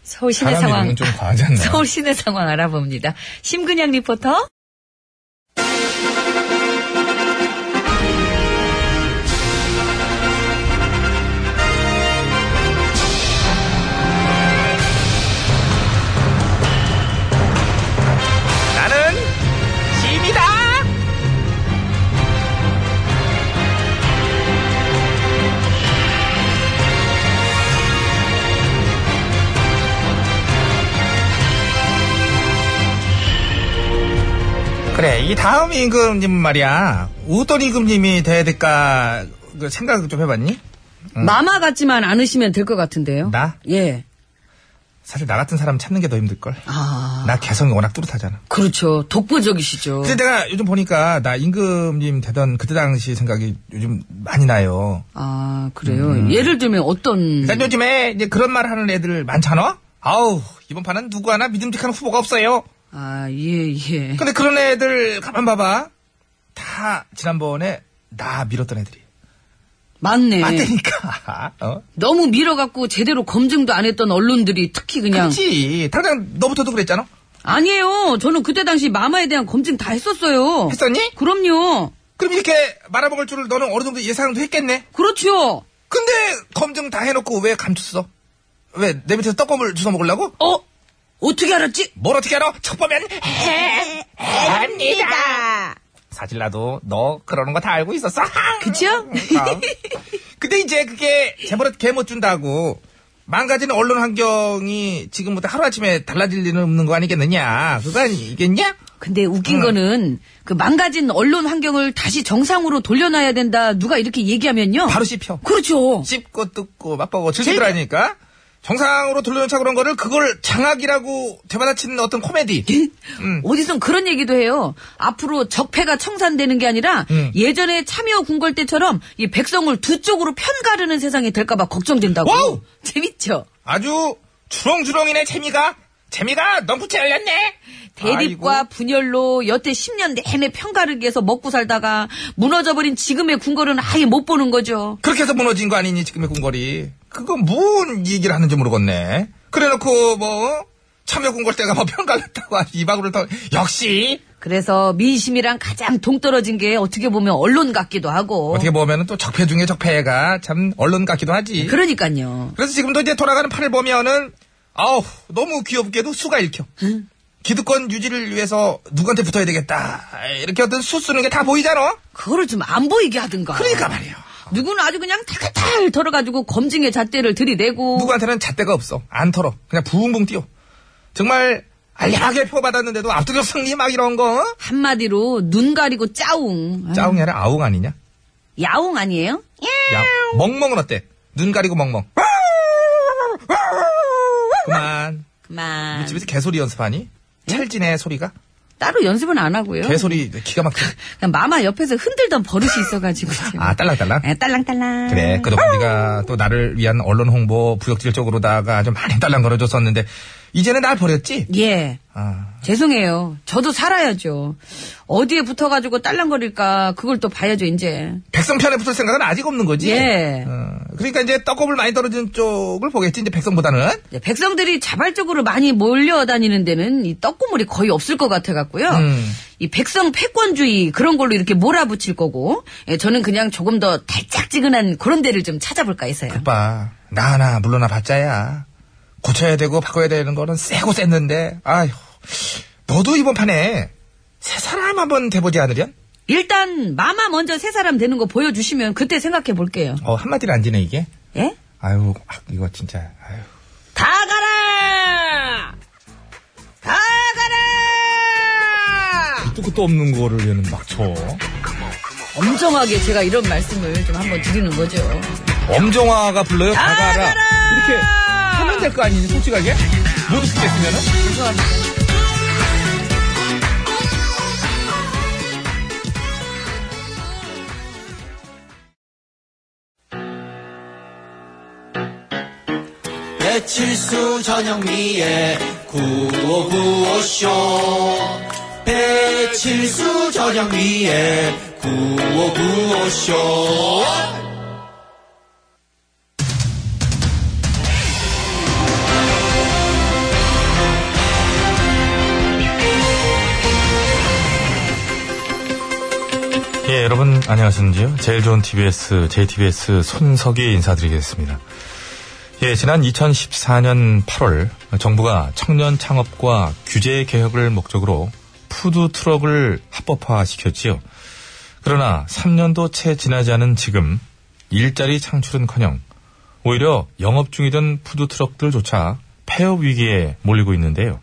Speaker 2: 서울 시내
Speaker 5: 사람
Speaker 2: 상황
Speaker 5: 이름은 좀 과하지 않나요?
Speaker 2: 서울 시내 상황 알아봅니다. 심근양 리포터.
Speaker 1: 나는 짐이다 그래 이 다음 임금님 말이야 어떤 임금님이 돼야 될까 그 생각 좀 해봤니?
Speaker 5: 음.
Speaker 2: 마마 같지만 않으시면 될 것 같은데요.
Speaker 1: 나?
Speaker 2: 예.
Speaker 1: 사실 나 같은 사람 찾는 게 더 힘들걸
Speaker 2: 아,
Speaker 1: 나 개성이 워낙 뚜렷하잖아
Speaker 2: 그렇죠. 독보적이시죠.
Speaker 5: 그
Speaker 1: 근데 내가 요즘 보니까 나 임금님 되던 그때 당시 생각이 요즘 많이 나요.
Speaker 2: 아, 그래요.
Speaker 5: 음.
Speaker 2: 예를 들면 어떤
Speaker 5: 그
Speaker 1: 난 요즘에 이제 그런 말 하는 애들 많잖아? 아우, 이번 판은 누구 하나 믿음직한 후보가 없어요.
Speaker 2: 아, 예, 예.
Speaker 1: 근데 그런 애들 가만 봐봐. 다 지난번에 나 밀었던 애들이.
Speaker 2: 예. 맞네.
Speaker 1: 맞다니까. 어?
Speaker 2: 너무 밀어갖고 제대로 검증도 안 했던 언론들이 특히 그냥
Speaker 1: 그렇지. 당장 너부터도 그랬잖아?
Speaker 2: 아니에요. 저는 그때 당시 마마에 대한 검증 다 했었어요.
Speaker 1: 했었니?
Speaker 2: 그럼요.
Speaker 1: 그럼 이렇게 말아먹을 줄을 너는 어느 정도 예상도 했겠네?
Speaker 2: 그렇죠.
Speaker 1: 근데 검증 다 해놓고 왜 감췄어? 왜 내 밑에서 떡밥을 주워 먹으려고?
Speaker 2: 어? 어떻게 알았지?
Speaker 1: 뭘 어떻게 알아? 척 보면 해, 합니다. 사실 나도 너 그러는 거 다 알고 있었어.
Speaker 2: 그쵸?
Speaker 1: 아. 근데 이제 그게 재벌한테 개못 준다고 망가지는 언론 환경이 지금부터 하루아침에 달라질 일은 없는 거 아니겠느냐. 그거 아니겠냐?
Speaker 2: 근데 웃긴 거는 그 망가진 언론 환경을 다시 정상으로 돌려놔야 된다. 누가 이렇게 얘기하면요.
Speaker 1: 바로 씹혀.
Speaker 2: 그렇죠.
Speaker 1: 씹고 뜯고 맛보고 즐기더라니까. 정상으로 돌려놓자 그런 거를 그걸 장악이라고 되받아치는 어떤 코미디.
Speaker 2: 어디선 그런 얘기도 해요. 앞으로 적폐가 청산되는 게 아니라 예전에 참여 궁궐 때처럼 이 백성을 두 쪽으로 편가르는 세상이 될까봐 걱정된다고.
Speaker 1: 와우!
Speaker 2: 재밌죠?
Speaker 1: 아주 주렁주렁이네 재미가. 재미가 넘붙이 열렸네.
Speaker 2: 대립과
Speaker 1: 아이고.
Speaker 2: 분열로 여태 10년 내내 편가르기에서 먹고 살다가 무너져버린 지금의 궁궐은 아예 못 보는 거죠.
Speaker 1: 그렇게 해서 무너진 거 아니니 지금의 궁궐이 그거 뭔 얘기를 하는지 모르겠네 그래놓고 뭐 참여 궁궐 때가 뭐 평가했다고 이 박으로 더 역시
Speaker 2: 그래서 민심이랑 가장 동떨어진 게 어떻게 보면 언론 같기도 하고.
Speaker 1: 어떻게 보면은 또 적폐 중에 적폐가 참 언론 같기도 하지 그래.
Speaker 2: 네, 그러니까요.
Speaker 1: 서 지금도 이제 돌아가는 판을 보면은 아우 너무 귀엽게도 수가 읽혀 기득권 유지를 위해서 누구한테 붙어야 되겠다 이렇게 어떤 수 쓰는 게 다 보이잖아
Speaker 2: 그거를 좀 안 보이게 하든가.
Speaker 1: 그러니까 말이야
Speaker 2: 누구는 아주 그냥 탈탈 털어가지고 검증의 잣대를 들이대고.
Speaker 1: 누구한테는 잣대가 없어. 안 털어. 그냥 붕붕 뛰어. 정말 알량하게 표받았는데도 압도적 승리 막 이런 거. 어?
Speaker 2: 한마디로 눈 가리고 짜웅. 아유,
Speaker 1: 짜웅이 아니라 아웅 아니냐?
Speaker 2: 야옹 아니에요?
Speaker 1: 야, 멍멍은 어때? 눈 가리고 멍멍. 그만.
Speaker 2: 그만.
Speaker 1: 우리 뭐 집에서 개소리 연습하니? 찰진의 소리가?
Speaker 2: 따로 연습은 안 하고요.
Speaker 1: 개소리 기가 막혀.
Speaker 2: 그냥 마마 옆에서 흔들던 버릇이 있어가지고. 지금.
Speaker 1: 아, 딸랑딸랑? 네,
Speaker 2: 예, 딸랑딸랑.
Speaker 1: 그래. 그동안 네가 또 나를 위한 언론 홍보 부역질 쪽으로다가 좀 많이 딸랑거려줬었는데 이제는 날 버렸지?
Speaker 2: 예.
Speaker 1: 아,
Speaker 2: 죄송해요. 저도 살아야죠. 어디에 붙어가지고 딸랑거릴까 그걸 또 봐야죠 이제.
Speaker 1: 백성 편에 붙을 생각은 아직 없는 거지?
Speaker 2: 예.
Speaker 1: 어, 그러니까 이제 떡국을 많이 떨어지는 쪽을 보겠지, 이제 백성보다는.
Speaker 2: 이제 백성들이 자발적으로 많이 몰려다니는 데는 이 떡고물이 거의 없을 것 같아 갖고요.
Speaker 1: 음.
Speaker 2: 이 백성 패권주의 그런 걸로 이렇게 몰아붙일 거고, 예, 저는 그냥 조금 더 달짝지근한 그런 데를 좀 찾아볼까 해서요.
Speaker 1: 그- 오빠, 나 하나 물러나 봤자야. 고쳐야 되고 바꿔야 되는 거는 세고 쎘는데, 아휴. 너도 이번 판에 새 사람 한번 돼보지 않으련?
Speaker 2: 일단 마마 먼저 세 사람 되는 거 보여주시면 그때 생각해 볼게요.
Speaker 1: 어, 한마디를 안 지네, 이게.
Speaker 2: 예?
Speaker 1: 아유, 아, 이거 진짜, 아유.
Speaker 2: 다 가라! 다 가라!
Speaker 5: 또 끝도 없는 거를 얘는 막 쳐.
Speaker 2: 엄정하게 제가 이런 말씀을 좀 한번 드리는 거죠.
Speaker 5: 엄정화가 불러요.
Speaker 2: 다
Speaker 5: 아, 다가라.
Speaker 2: 가라!
Speaker 1: 이렇게 하면 될 거 아니니, 솔직하게? 못 웃기겠으면은?
Speaker 6: 배칠수 전영미의 구호구호쇼 배칠수 전영미의 구호구호쇼
Speaker 5: 예, 여러분 안녕하셨는지요? 제일 좋은 TBS, JTBS 손석희 인사드리겠습니다. 예, 지난 2014년 8월 정부가 청년 창업과 규제 개혁을 목적으로 푸드 트럭을 합법화시켰지요. 그러나 3년도 채 지나지 않은 지금 일자리 창출은커녕 오히려 영업 중이던 푸드 트럭들조차 폐업 위기에 몰리고 있는데요.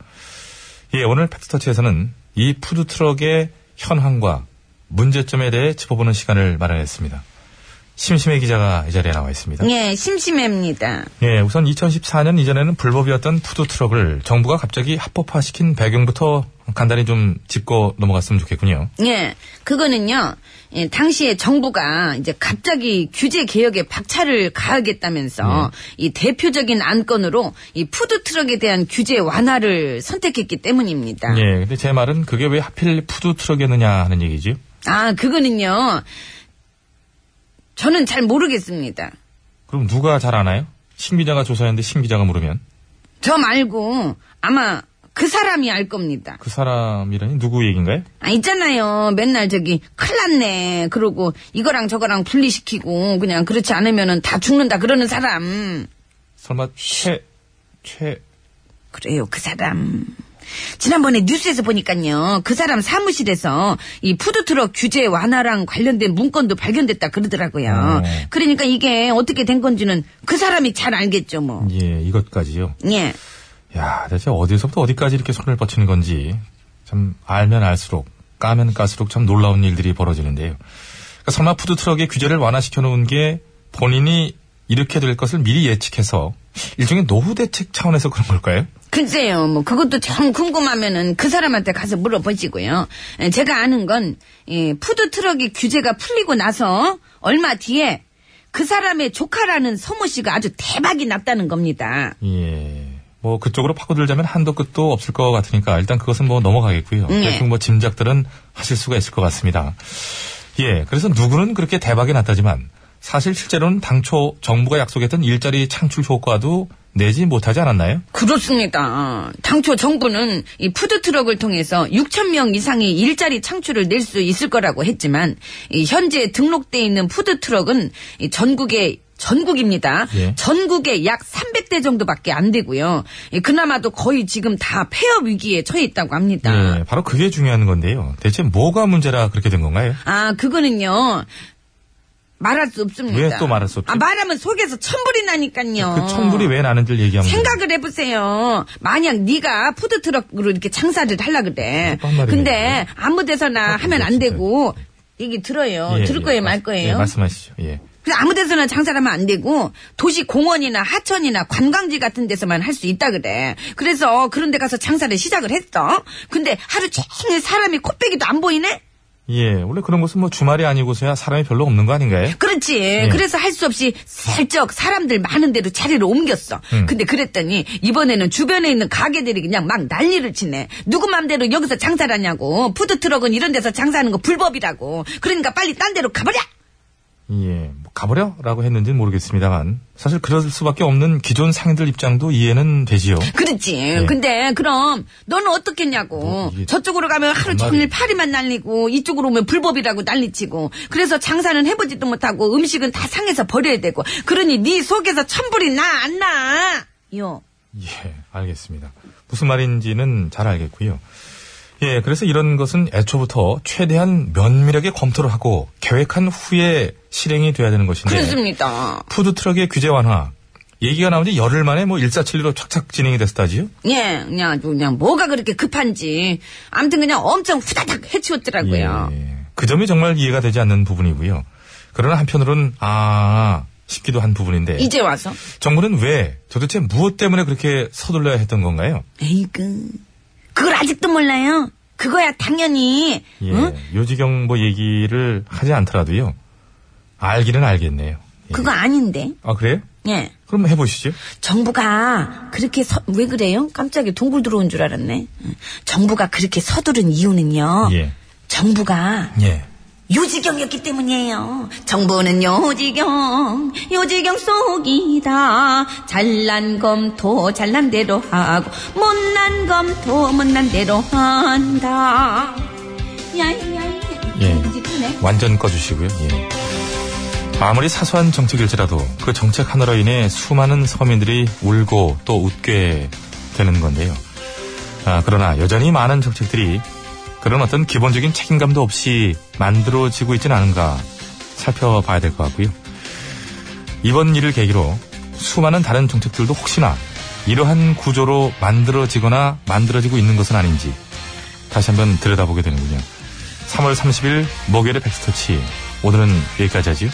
Speaker 5: 예, 오늘 팩트터치에서는 이 푸드트럭의 현황과 문제점에 대해 짚어보는 시간을 마련했습니다. 심심해 기자가 이 자리에 나와 있습니다.
Speaker 10: 예, 심심합니다.
Speaker 5: 예, 우선 2014년 이전에는 불법이었던 푸드트럭을 정부가 갑자기 합법화시킨 배경부터 간단히 좀 짚고 넘어갔으면 좋겠군요.
Speaker 10: 예, 그거는요, 예, 당시에 정부가 이제 갑자기 규제 개혁에 박차를 가하겠다면서 이 대표적인 안건으로 이 푸드트럭에 대한 규제 완화를 선택했기 때문입니다.
Speaker 2: 네.
Speaker 5: 예, 근데 제 말은 그게 왜 하필 푸드트럭이었느냐 하는 얘기지요.
Speaker 10: 아, 그거는요, 저는 잘 모르겠습니다.
Speaker 5: 그럼 누가 잘 아나요? 신 기자가 조사했는데 신 기자가 물으면
Speaker 10: 저 말고 아마 그 사람이 알 겁니다.
Speaker 5: 그 사람이라니 누구 얘긴가요?
Speaker 10: 아, 있잖아요. 맨날 저기, 큰일 났네. 그러고, 이거랑 저거랑 분리시키고, 그냥 그렇지 않으면은 다 죽는다. 그러는 사람.
Speaker 5: 설마 최, 최,
Speaker 10: 그래요, 그 사람.
Speaker 2: 지난번에 뉴스에서 보니까요, 그 사람 사무실에서 이 푸드트럭 규제 완화랑 관련된 문건도 발견됐다 그러더라고요. 그러니까 이게 어떻게 된 건지는 그 사람이 잘 알겠죠, 뭐.
Speaker 5: 예, 이것까지요.
Speaker 2: 예.
Speaker 5: 야, 대체 어디서부터 어디까지 이렇게 손을 뻗치는 건지 참 알면 알수록 까면 깔수록 참 놀라운 일들이 벌어지는데요. 그러니까 설마 푸드 트럭의 규제를 완화시켜 놓은 게 본인이 이렇게 될 것을 미리 예측해서 일종의 노후 대책 차원에서 그런 걸까요?
Speaker 2: 글쎄요, 뭐, 그것도 참 궁금하면은 그 사람한테 가서 물어보시고요. 에, 제가 아는 건, 이 푸드트럭의 규제가 풀리고 나서 얼마 뒤에 그 사람의 조카라는 서모 씨가 아주 대박이 났다는 겁니다.
Speaker 5: 예. 뭐 그쪽으로 파고들자면 한도 끝도 없을 것 같으니까 일단 그것은 뭐 넘어가겠고요.
Speaker 2: 네.
Speaker 5: 대충 뭐 짐작들은 하실 수가 있을 것 같습니다. 예. 그래서 누구는 그렇게 대박이 났다지만 사실 실제로는 당초 정부가 약속했던 일자리 창출 효과도 내지 못하지 않았나요?
Speaker 2: 그렇습니다. 당초 정부는 이 푸드트럭을 통해서 6천 명 이상의 일자리 창출을 낼 수 있을 거라고 했지만 이 현재 등록돼 있는 푸드트럭은 이 전국에 전국입니다.
Speaker 5: 예.
Speaker 2: 전국에 약 300대 정도밖에 안 되고요. 이 그나마도 거의 지금 다 폐업 위기에 처해 있다고 합니다.
Speaker 5: 예, 바로 그게 중요한 건데요. 대체 뭐가 문제라 그렇게 된 건가요?
Speaker 2: 아, 그거는요. 말할 수 없습니다.
Speaker 5: 왜또 말할 수 없죠?
Speaker 2: 아, 말하면 속에서 천불이 나니까요.
Speaker 5: 그 청불이 왜 나는지를 얘기하면
Speaker 2: 아. 생각을 해보세요. 만약 네가 푸드트럭으로 이렇게 장사를 하려 그래.
Speaker 5: 그것도 한 말이네.
Speaker 2: 근데 아무 데서나 하면 안 되고 얘기 들어요.
Speaker 5: 예,
Speaker 2: 들을
Speaker 5: 예,
Speaker 2: 거예요,
Speaker 5: 말씀-
Speaker 2: 말 거예요.
Speaker 5: 예, 말씀하시죠. 예.
Speaker 2: 그래서 아무 데서나 장사를 하면 안 되고 도시 공원이나 하천이나 관광지 같은 데서만 할 수 있다 그래. 그래서 그런 데 가서 장사를 시작을 했어. 근데 하루 종일 사람이 코빼기도 안 보이네?
Speaker 5: 예, 원래 그런 곳은 뭐 주말이 아니고서야 사람이 별로 없는 거 아닌가요?
Speaker 2: 그렇지.
Speaker 5: 네.
Speaker 2: 그래서 할 수 없이 살짝 사람들 많은 데로 자리를 옮겼어.
Speaker 5: 음.
Speaker 2: 근데 그랬더니 이번에는 주변에 있는 가게들이 그냥 막 난리를 치네. 누구 맘대로 여기서 장사를 하냐고. 푸드트럭은 이런 데서 장사하는 거 불법이라고. 그러니까 빨리 딴 데로 가버려!
Speaker 5: 예, 뭐 가버려? 라고 했는지는 모르겠습니다만, 사실 그럴 수밖에 없는 기존 상인들 입장도 이해는 되지요.
Speaker 2: 그렇지. 근데 그럼 너는 어떻겠냐고.
Speaker 5: 네. 뭐 이게
Speaker 2: 저쪽으로 가면 하루
Speaker 5: 정말
Speaker 2: 종일 파리만 날리고 이쪽으로 오면 불법이라고 난리치고. 그래서 장사는 해보지도 못하고 음식은 다 상해서 버려야 되고. 그러니 네 속에서 천불이 나 안 나. 요.
Speaker 5: 예, 알겠습니다. 무슨 말인지는 잘 알겠고요. 예, 그래서 이런 것은 애초부터 최대한 면밀하게 검토를 하고 계획한 후에 실행이 돼야 되는 것인데.
Speaker 2: 그렇습니다.
Speaker 5: 푸드트럭의 규제 완화. 얘기가 나온 지 열흘 만에 뭐 1사칠리로 착착 진행이 됐었다지요?
Speaker 2: 예, 그냥, 아주 그냥 뭐가 그렇게 급한지. 암튼 그냥 엄청 후다닥 해치웠더라고요.
Speaker 5: 예. 그 점이 정말 이해가 되지 않는 부분이고요. 그러나 한편으로는 아 싶기도 한 부분인데
Speaker 2: 이제 와서.
Speaker 5: 정부는 왜 도대체 무엇 때문에 그렇게 서둘러야 했던 건가요?
Speaker 2: 에이그. 그걸 아직도 몰라요? 그거야, 당연히.
Speaker 5: 예,
Speaker 2: 응?
Speaker 5: 요지경 뭐 얘기를 하지 않더라도요. 알기는 알겠네요. 예.
Speaker 2: 그거 아닌데.
Speaker 5: 아 그래요?
Speaker 2: 예.
Speaker 5: 그럼 해보시죠.
Speaker 2: 정부가 그렇게 서, 왜 그래요? 깜짝이야 동굴 들어온 줄 알았네. 응. 정부가 그렇게 서두른 이유는요.
Speaker 5: 예.
Speaker 2: 정부가
Speaker 5: 예.
Speaker 2: 요지경이었기 때문이에요. 정부는 요지경, 요지경 속이다. 잘난 검토 잘난 대로 하고 못난 검토 못난 대로 한다. 야야야.
Speaker 5: 예.
Speaker 2: 네
Speaker 5: 완전 꺼주시고요. 예. 아무리 사소한 정책일지라도 그 정책 하나로 인해 수많은 서민들이 울고 또 웃게 되는 건데요. 아, 그러나 여전히 많은 정책들이 그런 어떤 기본적인 책임감도 없이 만들어지고 있지는 않은가 살펴봐야 될 것 같고요. 이번 일을 계기로 수많은 다른 정책들도 혹시나 이러한 구조로 만들어지거나 만들어지고 있는 것은 아닌지 다시 한번 들여다보게 되는군요. 3월 30일 목요일의 백스터치 오늘은 여기까지 하지요.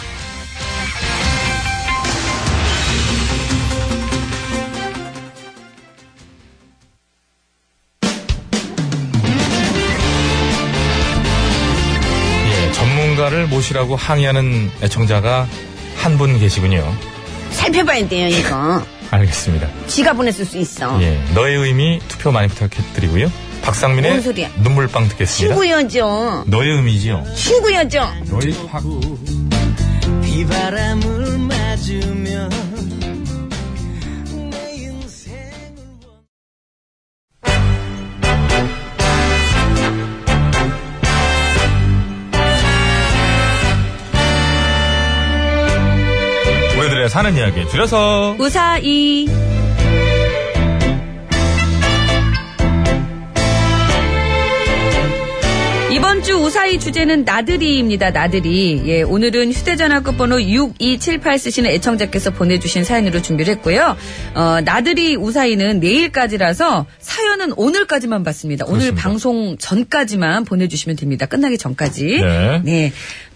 Speaker 5: 예, 전문가를 모시라고 항의하는 애청자가 한 분 계시군요.
Speaker 2: 살펴봐야 돼요 이거.
Speaker 5: 알겠습니다.
Speaker 2: 지가 보냈을 수 있어.
Speaker 5: 예, 너의 의미 투표 많이 부탁드리고요. 박상민의
Speaker 2: 뭔 소리야?
Speaker 5: 눈물빵 듣겠습니다.
Speaker 2: 친구 여죠.
Speaker 5: 너의 의미지요.
Speaker 2: 친구 여죠.
Speaker 5: 너의 확
Speaker 12: 비바람을 맞으면 내 인생을
Speaker 5: 우리들의 사는 이야기 줄여서
Speaker 13: 우사이.
Speaker 7: 주 우사히 주제는 나들이입니다. 나들이. 예, 오늘은 휴대전화 끝번호 6278 쓰시는 애청자께서 보내주신 사연으로 준비를 했고요. 어, 나들이 우사히는 내일까지라서 사연은 오늘까지만 받습니다. 오늘
Speaker 5: 그렇습니다.
Speaker 7: 방송 전까지만 보내주시면 됩니다. 끝나기 전까지.
Speaker 5: 네.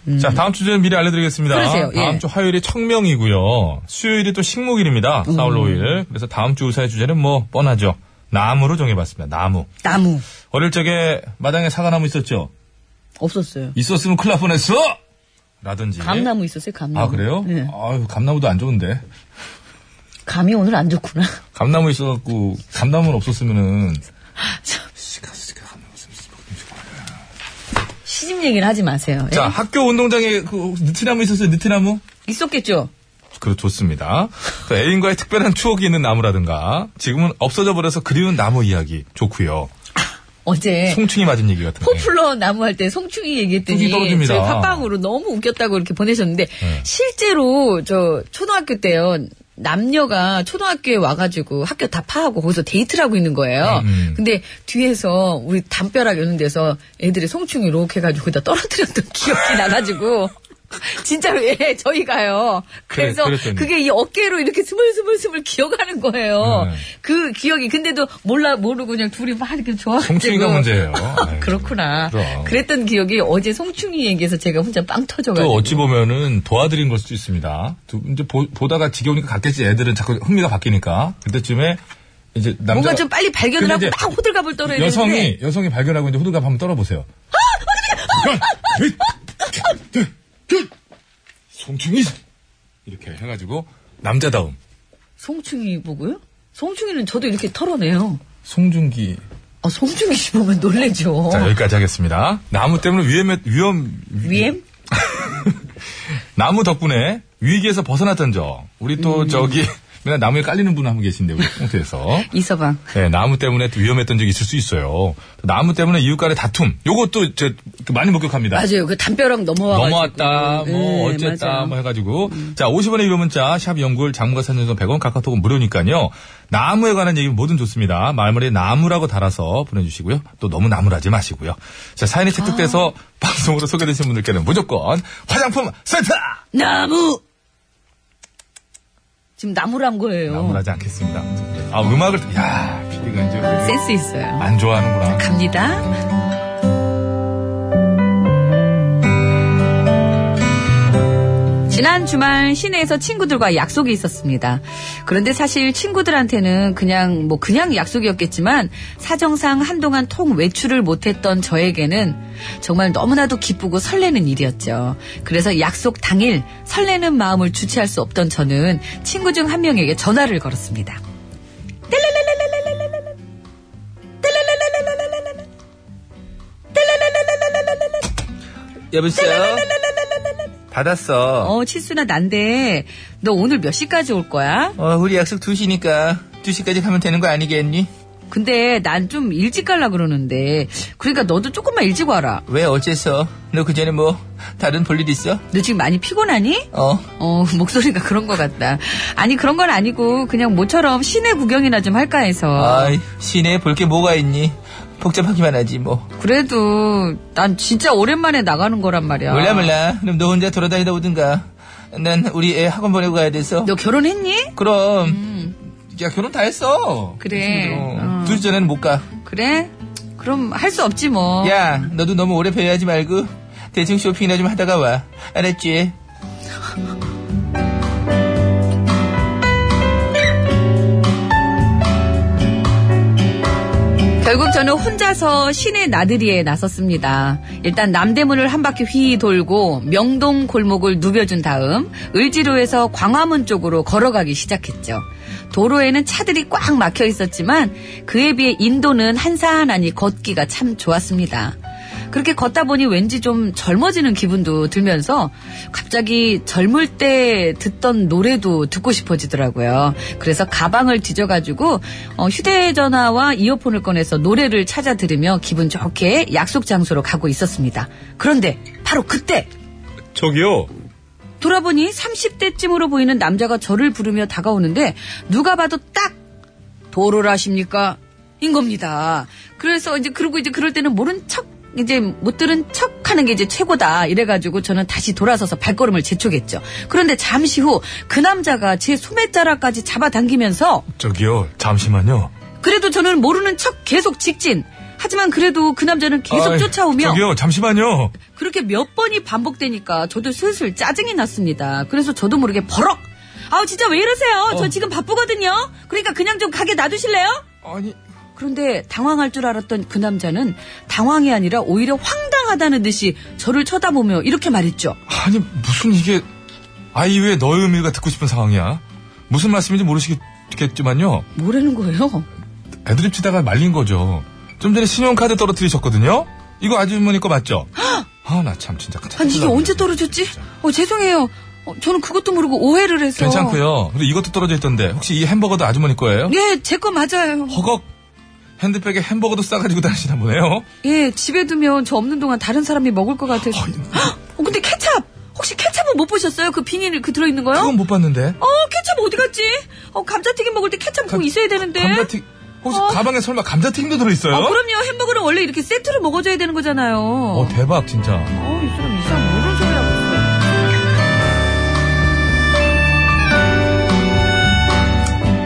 Speaker 7: 음,
Speaker 5: 자, 다음 주제는 미리 알려드리겠습니다.
Speaker 7: 그러세요,
Speaker 5: 다음
Speaker 7: 예.
Speaker 5: 주 화요일이 청명이고요. 수요일이 또 식목일입니다.
Speaker 7: 음.
Speaker 5: 4월 5일. 그래서 다음 주 의사의 주제는 뭐 뻔하죠. 나무로 정해봤습니다. 나무.
Speaker 7: 나무.
Speaker 5: 어릴 적에 마당에 사과나무 있었죠? 예?
Speaker 7: 없었어요.
Speaker 5: 있었으면 큰일 날 뻔했어! 라든지.
Speaker 7: 감나무 있었어요, 감나무.
Speaker 5: 아, 그래요?
Speaker 7: 예.
Speaker 5: 아유, 감나무도 안 좋은데.
Speaker 7: 감이 오늘 안 좋구나.
Speaker 5: 감나무 있어갖고, 감나무는 없었으면은.
Speaker 7: 아, 시집 얘기를 하지 마세요. 예?
Speaker 5: 자, 학교 운동장에 그, 느티나무 있었어요, 느티나무?
Speaker 7: 있었겠죠?
Speaker 5: 그래 좋습니다. 그 애인과의 특별한 추억이 있는 나무라든가 지금은 없어져 버려서 그리운 나무 이야기 좋고요.
Speaker 7: 어제
Speaker 5: 송충이 맞은 얘기 같은 거.
Speaker 7: 포플러 나무 할 때 송충이 얘기했더니
Speaker 5: 네. 뚝이 떨어집니다. 네.
Speaker 7: 저희 팟빵으로 너무 웃겼다고 이렇게 보내셨는데 실제로 저 초등학교 때요 남녀가 초등학교에 와가지고 학교 다 파하고 거기서 데이트를 하고 있는 거예요.
Speaker 5: 음.
Speaker 7: 근데 뒤에서 우리 담벼락 이런 데서 애들이 송충이 이렇게 해가지고 거기다 떨어뜨렸던 기억이 나가지고 진짜로 예 저희가요. 그래서
Speaker 5: 그래, 그랬더니.
Speaker 7: 그게 이 어깨로 이렇게 스물스물스물 기억하는 거예요.
Speaker 5: 네.
Speaker 7: 그 기억이 근데도 몰라 모르고 그냥 둘이 막 이렇게 좋아.
Speaker 5: 송충이가 문제예요. 아유,
Speaker 7: 그렇구나.
Speaker 5: 그럼.
Speaker 7: 그랬던 기억이 어제 송충이 얘기해서 제가 혼자 빵 터져가지고.
Speaker 5: 또 어찌 보면은 도와드린 걸 수도 있습니다. 두- 이제 보, 보다가 지겨우니까 갔겠지. 애들은 자꾸 흥미가 바뀌니까 그때쯤에 이제 남자
Speaker 7: 뭔가 좀 빨리 발견을 하고
Speaker 5: 근데 이제
Speaker 7: 막 호들갑을 떨어야
Speaker 5: 여성이
Speaker 7: 되는데. 아,
Speaker 5: 여성이 발견하고 이제 호들갑 한번 떨어보세요. 야, 이- 송충이 이렇게 해가지고 남자다움
Speaker 7: 송충이 보고요? 송충이는 저도 이렇게 털어내요.
Speaker 5: 송중기
Speaker 7: 아, 송충이 씨 보면 놀래죠.
Speaker 5: 자, 여기까지 하겠습니다. 나무 때문에 위험에, 위험,
Speaker 7: 어. 위엠?
Speaker 5: 나무 덕분에 위기에서 벗어났던 적. 우리 또 저기, 맨날 나무에 깔리는 분 한 분 계신데, 우리 홍수에서.
Speaker 7: 이서방.
Speaker 5: 네, 나무 때문에 또 위험했던 적이 있을 수 있어요. 나무 때문에 이웃 간의 다툼. 요것도 저그 많이 목격합니다.
Speaker 7: 맞아요. 그 담벼락 넘어와가지고.
Speaker 5: 넘어왔다, 뭐,
Speaker 7: 예,
Speaker 5: 어쨌다,
Speaker 7: 맞아요. 음.
Speaker 5: 뭐 해가지고. 자, 50원의 유료 문자, 샵 연구일, 장문과 산전선 100원, 카카오톡은 무료니까요. 나무에 관한 얘기 뭐든 좋습니다. 말머리에 나무라고 달아서 보내주시고요. 또 너무 나무라지 마시고요. 자, 사연이 채택돼서
Speaker 7: 아.
Speaker 5: 방송으로 소개되신 분들께는 무조건 화장품 세트!
Speaker 7: 나무! 지금 나무란 거예요.
Speaker 5: 나무라지 않겠습니다. 아, 음악을, 야 PD가 이제
Speaker 7: 센스 있어요.
Speaker 5: 안 좋아하는구나.
Speaker 7: 갑니다. 지난 주말 시내에서 친구들과 약속이 있었습니다. 그런데 사실 친구들한테는 그냥 뭐 그냥 약속이었겠지만 사정상 한동안 통 외출을 못했던 저에게는 정말 너무나도 기쁘고 설레는 일이었죠. 그래서 약속 당일 설레는 마음을 주체할 수 없던 저는 친구 중 한 명에게 전화를 걸었습니다.
Speaker 1: 여보세요? 받았어.
Speaker 7: 어, 칠수나 난데, 너 오늘 몇 시까지 올 거야?
Speaker 1: 어, 우리 약속 2시니까 2시까지 가면 되는 거 아니겠니?
Speaker 7: 근데 난 좀 일찍 갈라 그러는데, 그러니까 너도 조금만 일찍 와라.
Speaker 1: 왜 어째서? 너 그전에 뭐 다른 볼일 있어?
Speaker 7: 너 지금 많이 피곤하니?
Speaker 1: 어.
Speaker 7: 어, 목소리가 그런 것 같다. 아니, 그런 건 아니고, 그냥 모처럼 시내 구경이나 좀 할까 해서.
Speaker 1: 아이, 시내에 볼 게 뭐가 있니? 복잡하기만 하지 뭐.
Speaker 7: 그래도, 난 진짜 오랜만에 나가는 거란 말이야.
Speaker 1: 몰라 몰라. 그럼 너 혼자 돌아다니다 오든가. 난 우리 애 학원 보내고 가야 돼서.
Speaker 7: 너 결혼했니?
Speaker 1: 그럼. 야, 결혼 다 했어.
Speaker 7: 음. 그래.
Speaker 1: 어.
Speaker 7: 어.
Speaker 1: 둘 전에는 못 가.
Speaker 7: 그래? 그럼 할 수 없지 뭐.
Speaker 1: 야, 너도 너무 오래 배회하지 말고 대충 쇼핑이나 좀 하다가 와. 알았지?
Speaker 7: 결국 저는 혼자서 시내 나들이에 나섰습니다. 일단 남대문을 한 바퀴 휘 돌고 명동 골목을 누벼준 다음 을지로에서 광화문 쪽으로 걸어가기 시작했죠. 도로에는 차들이 꽉 막혀 있었지만 그에 비해 인도는 한산하니 걷기가 참 좋았습니다. 그렇게 걷다 보니 왠지 좀 젊어지는 기분도 들면서 갑자기 젊을 때 듣던 노래도 듣고 싶어지더라고요. 그래서 가방을 뒤져가지고 어, 휴대전화와 이어폰을 꺼내서 노래를 찾아 들으며 기분 좋게 약속 장소로 가고 있었습니다. 그런데 바로 그때
Speaker 5: 저기요.
Speaker 7: 돌아보니 30대쯤으로 보이는 남자가 저를 부르며 다가오는데 누가 봐도 딱 도로라십니까? 인 겁니다. 그래서 이제 그러고 이제 그럴 때는 모른 척 이제 못 들은 척 하는 게 이제 최고다. 이래가지고 저는 다시 돌아서서 발걸음을 재촉했죠. 그런데 잠시 후 그 남자가 제 소매자락까지 잡아당기면서
Speaker 5: 저기요, 잠시만요.
Speaker 7: 그래도 저는 모르는 척 계속 직진. 하지만 그래도 그 남자는 계속
Speaker 5: 아이,
Speaker 7: 쫓아오며
Speaker 5: 저기요, 잠시만요.
Speaker 7: 그렇게 몇 번이 반복되니까 저도 슬슬 짜증이 났습니다. 그래서 저도 모르게 버럭! 아우, 진짜 왜 이러세요?
Speaker 5: 어.
Speaker 7: 저 지금 바쁘거든요? 그러니까 그냥 좀 가게 놔두실래요?
Speaker 14: 아니,
Speaker 7: 그런데 당황할 줄 알았던 그 남자는 당황이 아니라 오히려 황당하다는 듯이 저를 쳐다보며 이렇게 말했죠.
Speaker 5: 아니, 무슨 이게, 아이 왜 너의 의미가 듣고 싶은 상황이야? 무슨 말씀인지 모르시겠지만요.
Speaker 7: 뭐라는 거예요?
Speaker 5: 애드립 치다가 말린 거죠. 좀 전에 신용카드 떨어뜨리셨거든요? 이거 아주머니 거 맞죠? 아, 나 참 진짜.
Speaker 7: 아니, 이게
Speaker 5: 큰일
Speaker 7: 언제
Speaker 5: 났네.
Speaker 7: 떨어졌지? 어, 죄송해요. 어, 저는 그것도 모르고 오해를 해서.
Speaker 5: 괜찮고요. 그리고 이것도 떨어져 있던데 혹시 이 햄버거도 아주머니 거예요?
Speaker 7: 예, 제 거 맞아요.
Speaker 5: 허걱 핸드백에 햄버거도 싸가지고 다니시나 보네요.
Speaker 7: 예, 집에 두면 저 없는 동안 다른 사람이 먹을 것 같아서.
Speaker 5: 뭐.
Speaker 7: 헉! 어, 근데 케찹! 혹시 케찹은 못 보셨어요? 그 비닐 그 들어있는 거요?
Speaker 5: 그건 뭐. 못 봤는데.
Speaker 7: 어, 케찹 어디 갔지? 어, 감자튀김 먹을 때 케찹 꼭 있어야 되는데.
Speaker 5: 감자튀 혹시
Speaker 7: 어.
Speaker 5: 가방에 설마 감자튀김도 들어있어요?
Speaker 7: 아, 그럼요. 햄버거는 원래 이렇게 세트로 먹어줘야 되는 거잖아요.
Speaker 5: 어, 대박 진짜.
Speaker 7: 어, 이 사람 이상 모르는 소리 하고 있어.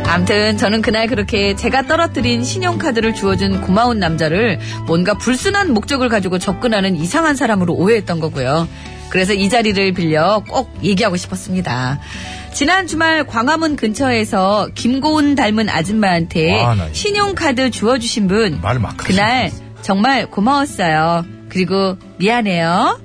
Speaker 7: 암튼 저는 그날 그렇게 제가 떨어뜨린 신용카드를 주어준 고마운 남자를 뭔가 불순한 목적을 가지고 접근하는 이상한 사람으로 오해했던 거고요. 그래서 이 자리를 빌려 꼭 얘기하고 싶었습니다. 지난 주말 광화문 근처에서 김고은 닮은 아줌마한테
Speaker 5: 와, 나 이거.
Speaker 7: 신용카드 주워주신 분
Speaker 5: 음, 말을 막 하시네.
Speaker 7: 음, 그날 정말 고마웠어요. 그리고 미안해요.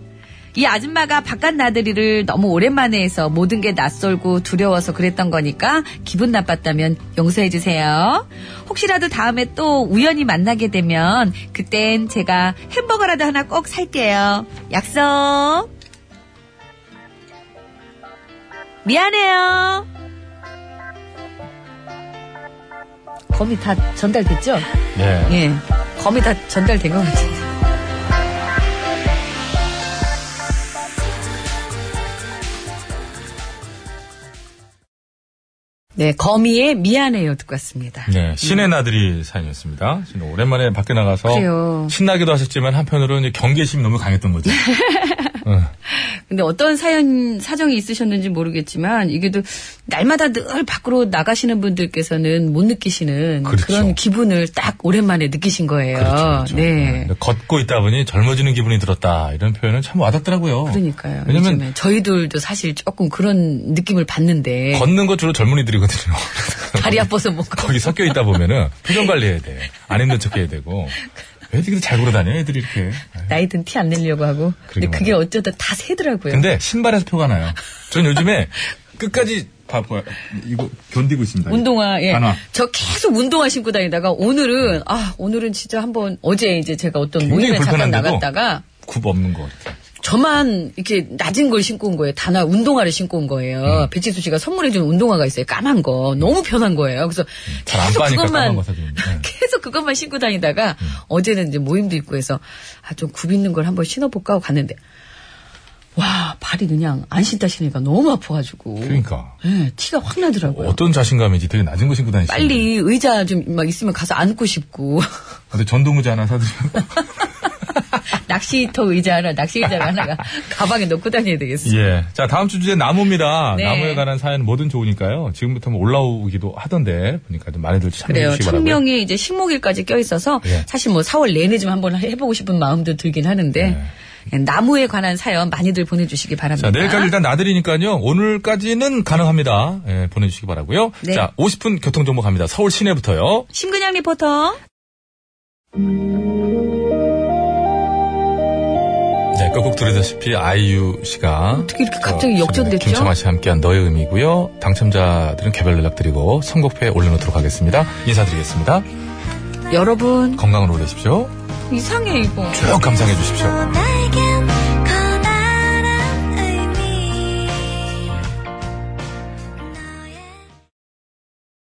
Speaker 7: 이 아줌마가 바깥 나들이를 너무 오랜만에 해서 모든 게 낯설고 두려워서 그랬던 거니까 기분 나빴다면 용서해 주세요. 혹시라도 다음에 또 우연히 만나게 되면 그땐 제가 햄버거라도 하나 꼭 살게요. 약속. 미안해요. 거미 다 전달됐죠?
Speaker 5: 예.
Speaker 7: 예. 검이 다 전달된 것 같아요. 네, 거미의 미안해요 듣고 왔습니다.
Speaker 5: 네, 신의 나들이 사연이었습니다. 저는 오랜만에 밖에 나가서
Speaker 7: 음. 그래요. 네.
Speaker 5: 신나기도 하셨지만 한편으로는 이제 경계심이 너무 강했던 거죠.
Speaker 7: 근데 어떤 사연 사정이 있으셨는지 모르겠지만 이게 또 날마다 늘 밖으로 나가시는 분들께서는 못 느끼시는 그
Speaker 5: 그렇죠.
Speaker 7: 런 기분을 딱 오랜만에 느끼신 거예요.
Speaker 5: 그렇죠, 그렇죠.
Speaker 7: 네.
Speaker 5: 네, 걷고 있다 보니 젊어지는 기분이 들었다 이런 표현은 참 와닿더라고요.
Speaker 7: 그러니까요.
Speaker 5: 왜냐면
Speaker 7: 요즘에 저희들도 사실 조금 그런 느낌을 받는데
Speaker 5: 걷는 거 주로 젊은이들이거든요.
Speaker 7: 다리 아파서 못 가.
Speaker 5: 거기 섞여 있다 보면은 표정 관리해야 돼. 안 힘든 척 해야 되고. 왜 이렇게 잘 걸어 다녀, 애들이 이렇게.
Speaker 7: 나이든 티 안 내려고 하고.
Speaker 5: 그러게
Speaker 7: 근데 그게
Speaker 5: 말이야.
Speaker 7: 어쩌다 다 새더라고요.
Speaker 5: 근데 신발에서 표가 나요. 전 요즘에 끝까지 바빠. 이거 견디고 있습니다.
Speaker 7: 운동화, 예.
Speaker 5: 단화.
Speaker 7: 저 계속 운동화 신고 다니다가 오늘은, 아, 오늘은 진짜 한번 어제 이제 제가 어떤
Speaker 5: 굉장히
Speaker 7: 모임에 잠깐
Speaker 5: 불편한데도.
Speaker 7: 나갔다가
Speaker 5: 굽 없는 거 같아.
Speaker 7: 저만 이렇게 낮은 걸 신고 온 거예요. 단화 운동화를 신고 온 거예요.
Speaker 5: 음.
Speaker 7: 배치수 씨가 선물해준 운동화가 있어요. 까만 거. 너무 편한 거예요. 그래서
Speaker 5: 잘안
Speaker 7: 계속
Speaker 5: 빠니까 까만
Speaker 7: 그것만,
Speaker 5: 거 사주는데. 음.
Speaker 7: 계속 그것만 신고 다니다가 어제는 이제 모임도 있고 해서 아, 좀 굽 있는 걸 한번 신어볼까 하고 갔는데 와, 발이 그냥 안 신다 신으니까 너무 아파가지고.
Speaker 5: 그러니까.
Speaker 7: 예, 티가 확 나더라고요.
Speaker 5: 어떤 자신감인지 되게 낮은 거 신고 다니시는
Speaker 7: 빨리 의자 좀 막 있으면 가서 앉고 싶고
Speaker 5: 근데 전동의자 하나 사드리면
Speaker 7: 낚시터 의자 하나 낚시 의자를 하나가 가방에 넣고 다녀야 되겠어.
Speaker 5: 예. 자, 다음 주 주제 나무입니다.
Speaker 7: 네.
Speaker 5: 나무에 관한 사연 뭐든 좋으니까요. 지금부터 뭐 올라오기도 하던데, 보니까 좀 많이들
Speaker 7: 그래요.
Speaker 5: 참여해주시기 바라고요.
Speaker 7: 청명이 이제 식목일까지 껴있어서
Speaker 5: 예.
Speaker 7: 사실 뭐 4월 내내 좀 한번 해보고 싶은 마음도 들긴 하는데 예, 나무에 관한 사연 많이들 보내주시기 바랍니다.
Speaker 5: 자, 내일까지 일단 나들이니까요. 오늘까지는 가능합니다. 예, 보내주시기 바라고요
Speaker 7: 네.
Speaker 5: 자, 50분 교통정보 갑니다. 서울 시내부터요.
Speaker 7: 심근양 리포터.
Speaker 5: 네, 끝곡 들으다시피 아이유 씨가
Speaker 7: 어떻게 이렇게 갑자기
Speaker 5: 저,
Speaker 7: 역전됐죠?
Speaker 5: 김청아 씨와 함께한 너의 의미고요. 당첨자들은 개별 연락드리고 선곡표에 올려놓도록 하겠습니다. 인사드리겠습니다.
Speaker 7: 여러분
Speaker 5: 건강을 올리십시오.
Speaker 7: 이상해 이거.
Speaker 5: 쭉 감상해 주십시오.
Speaker 15: 또 나에겐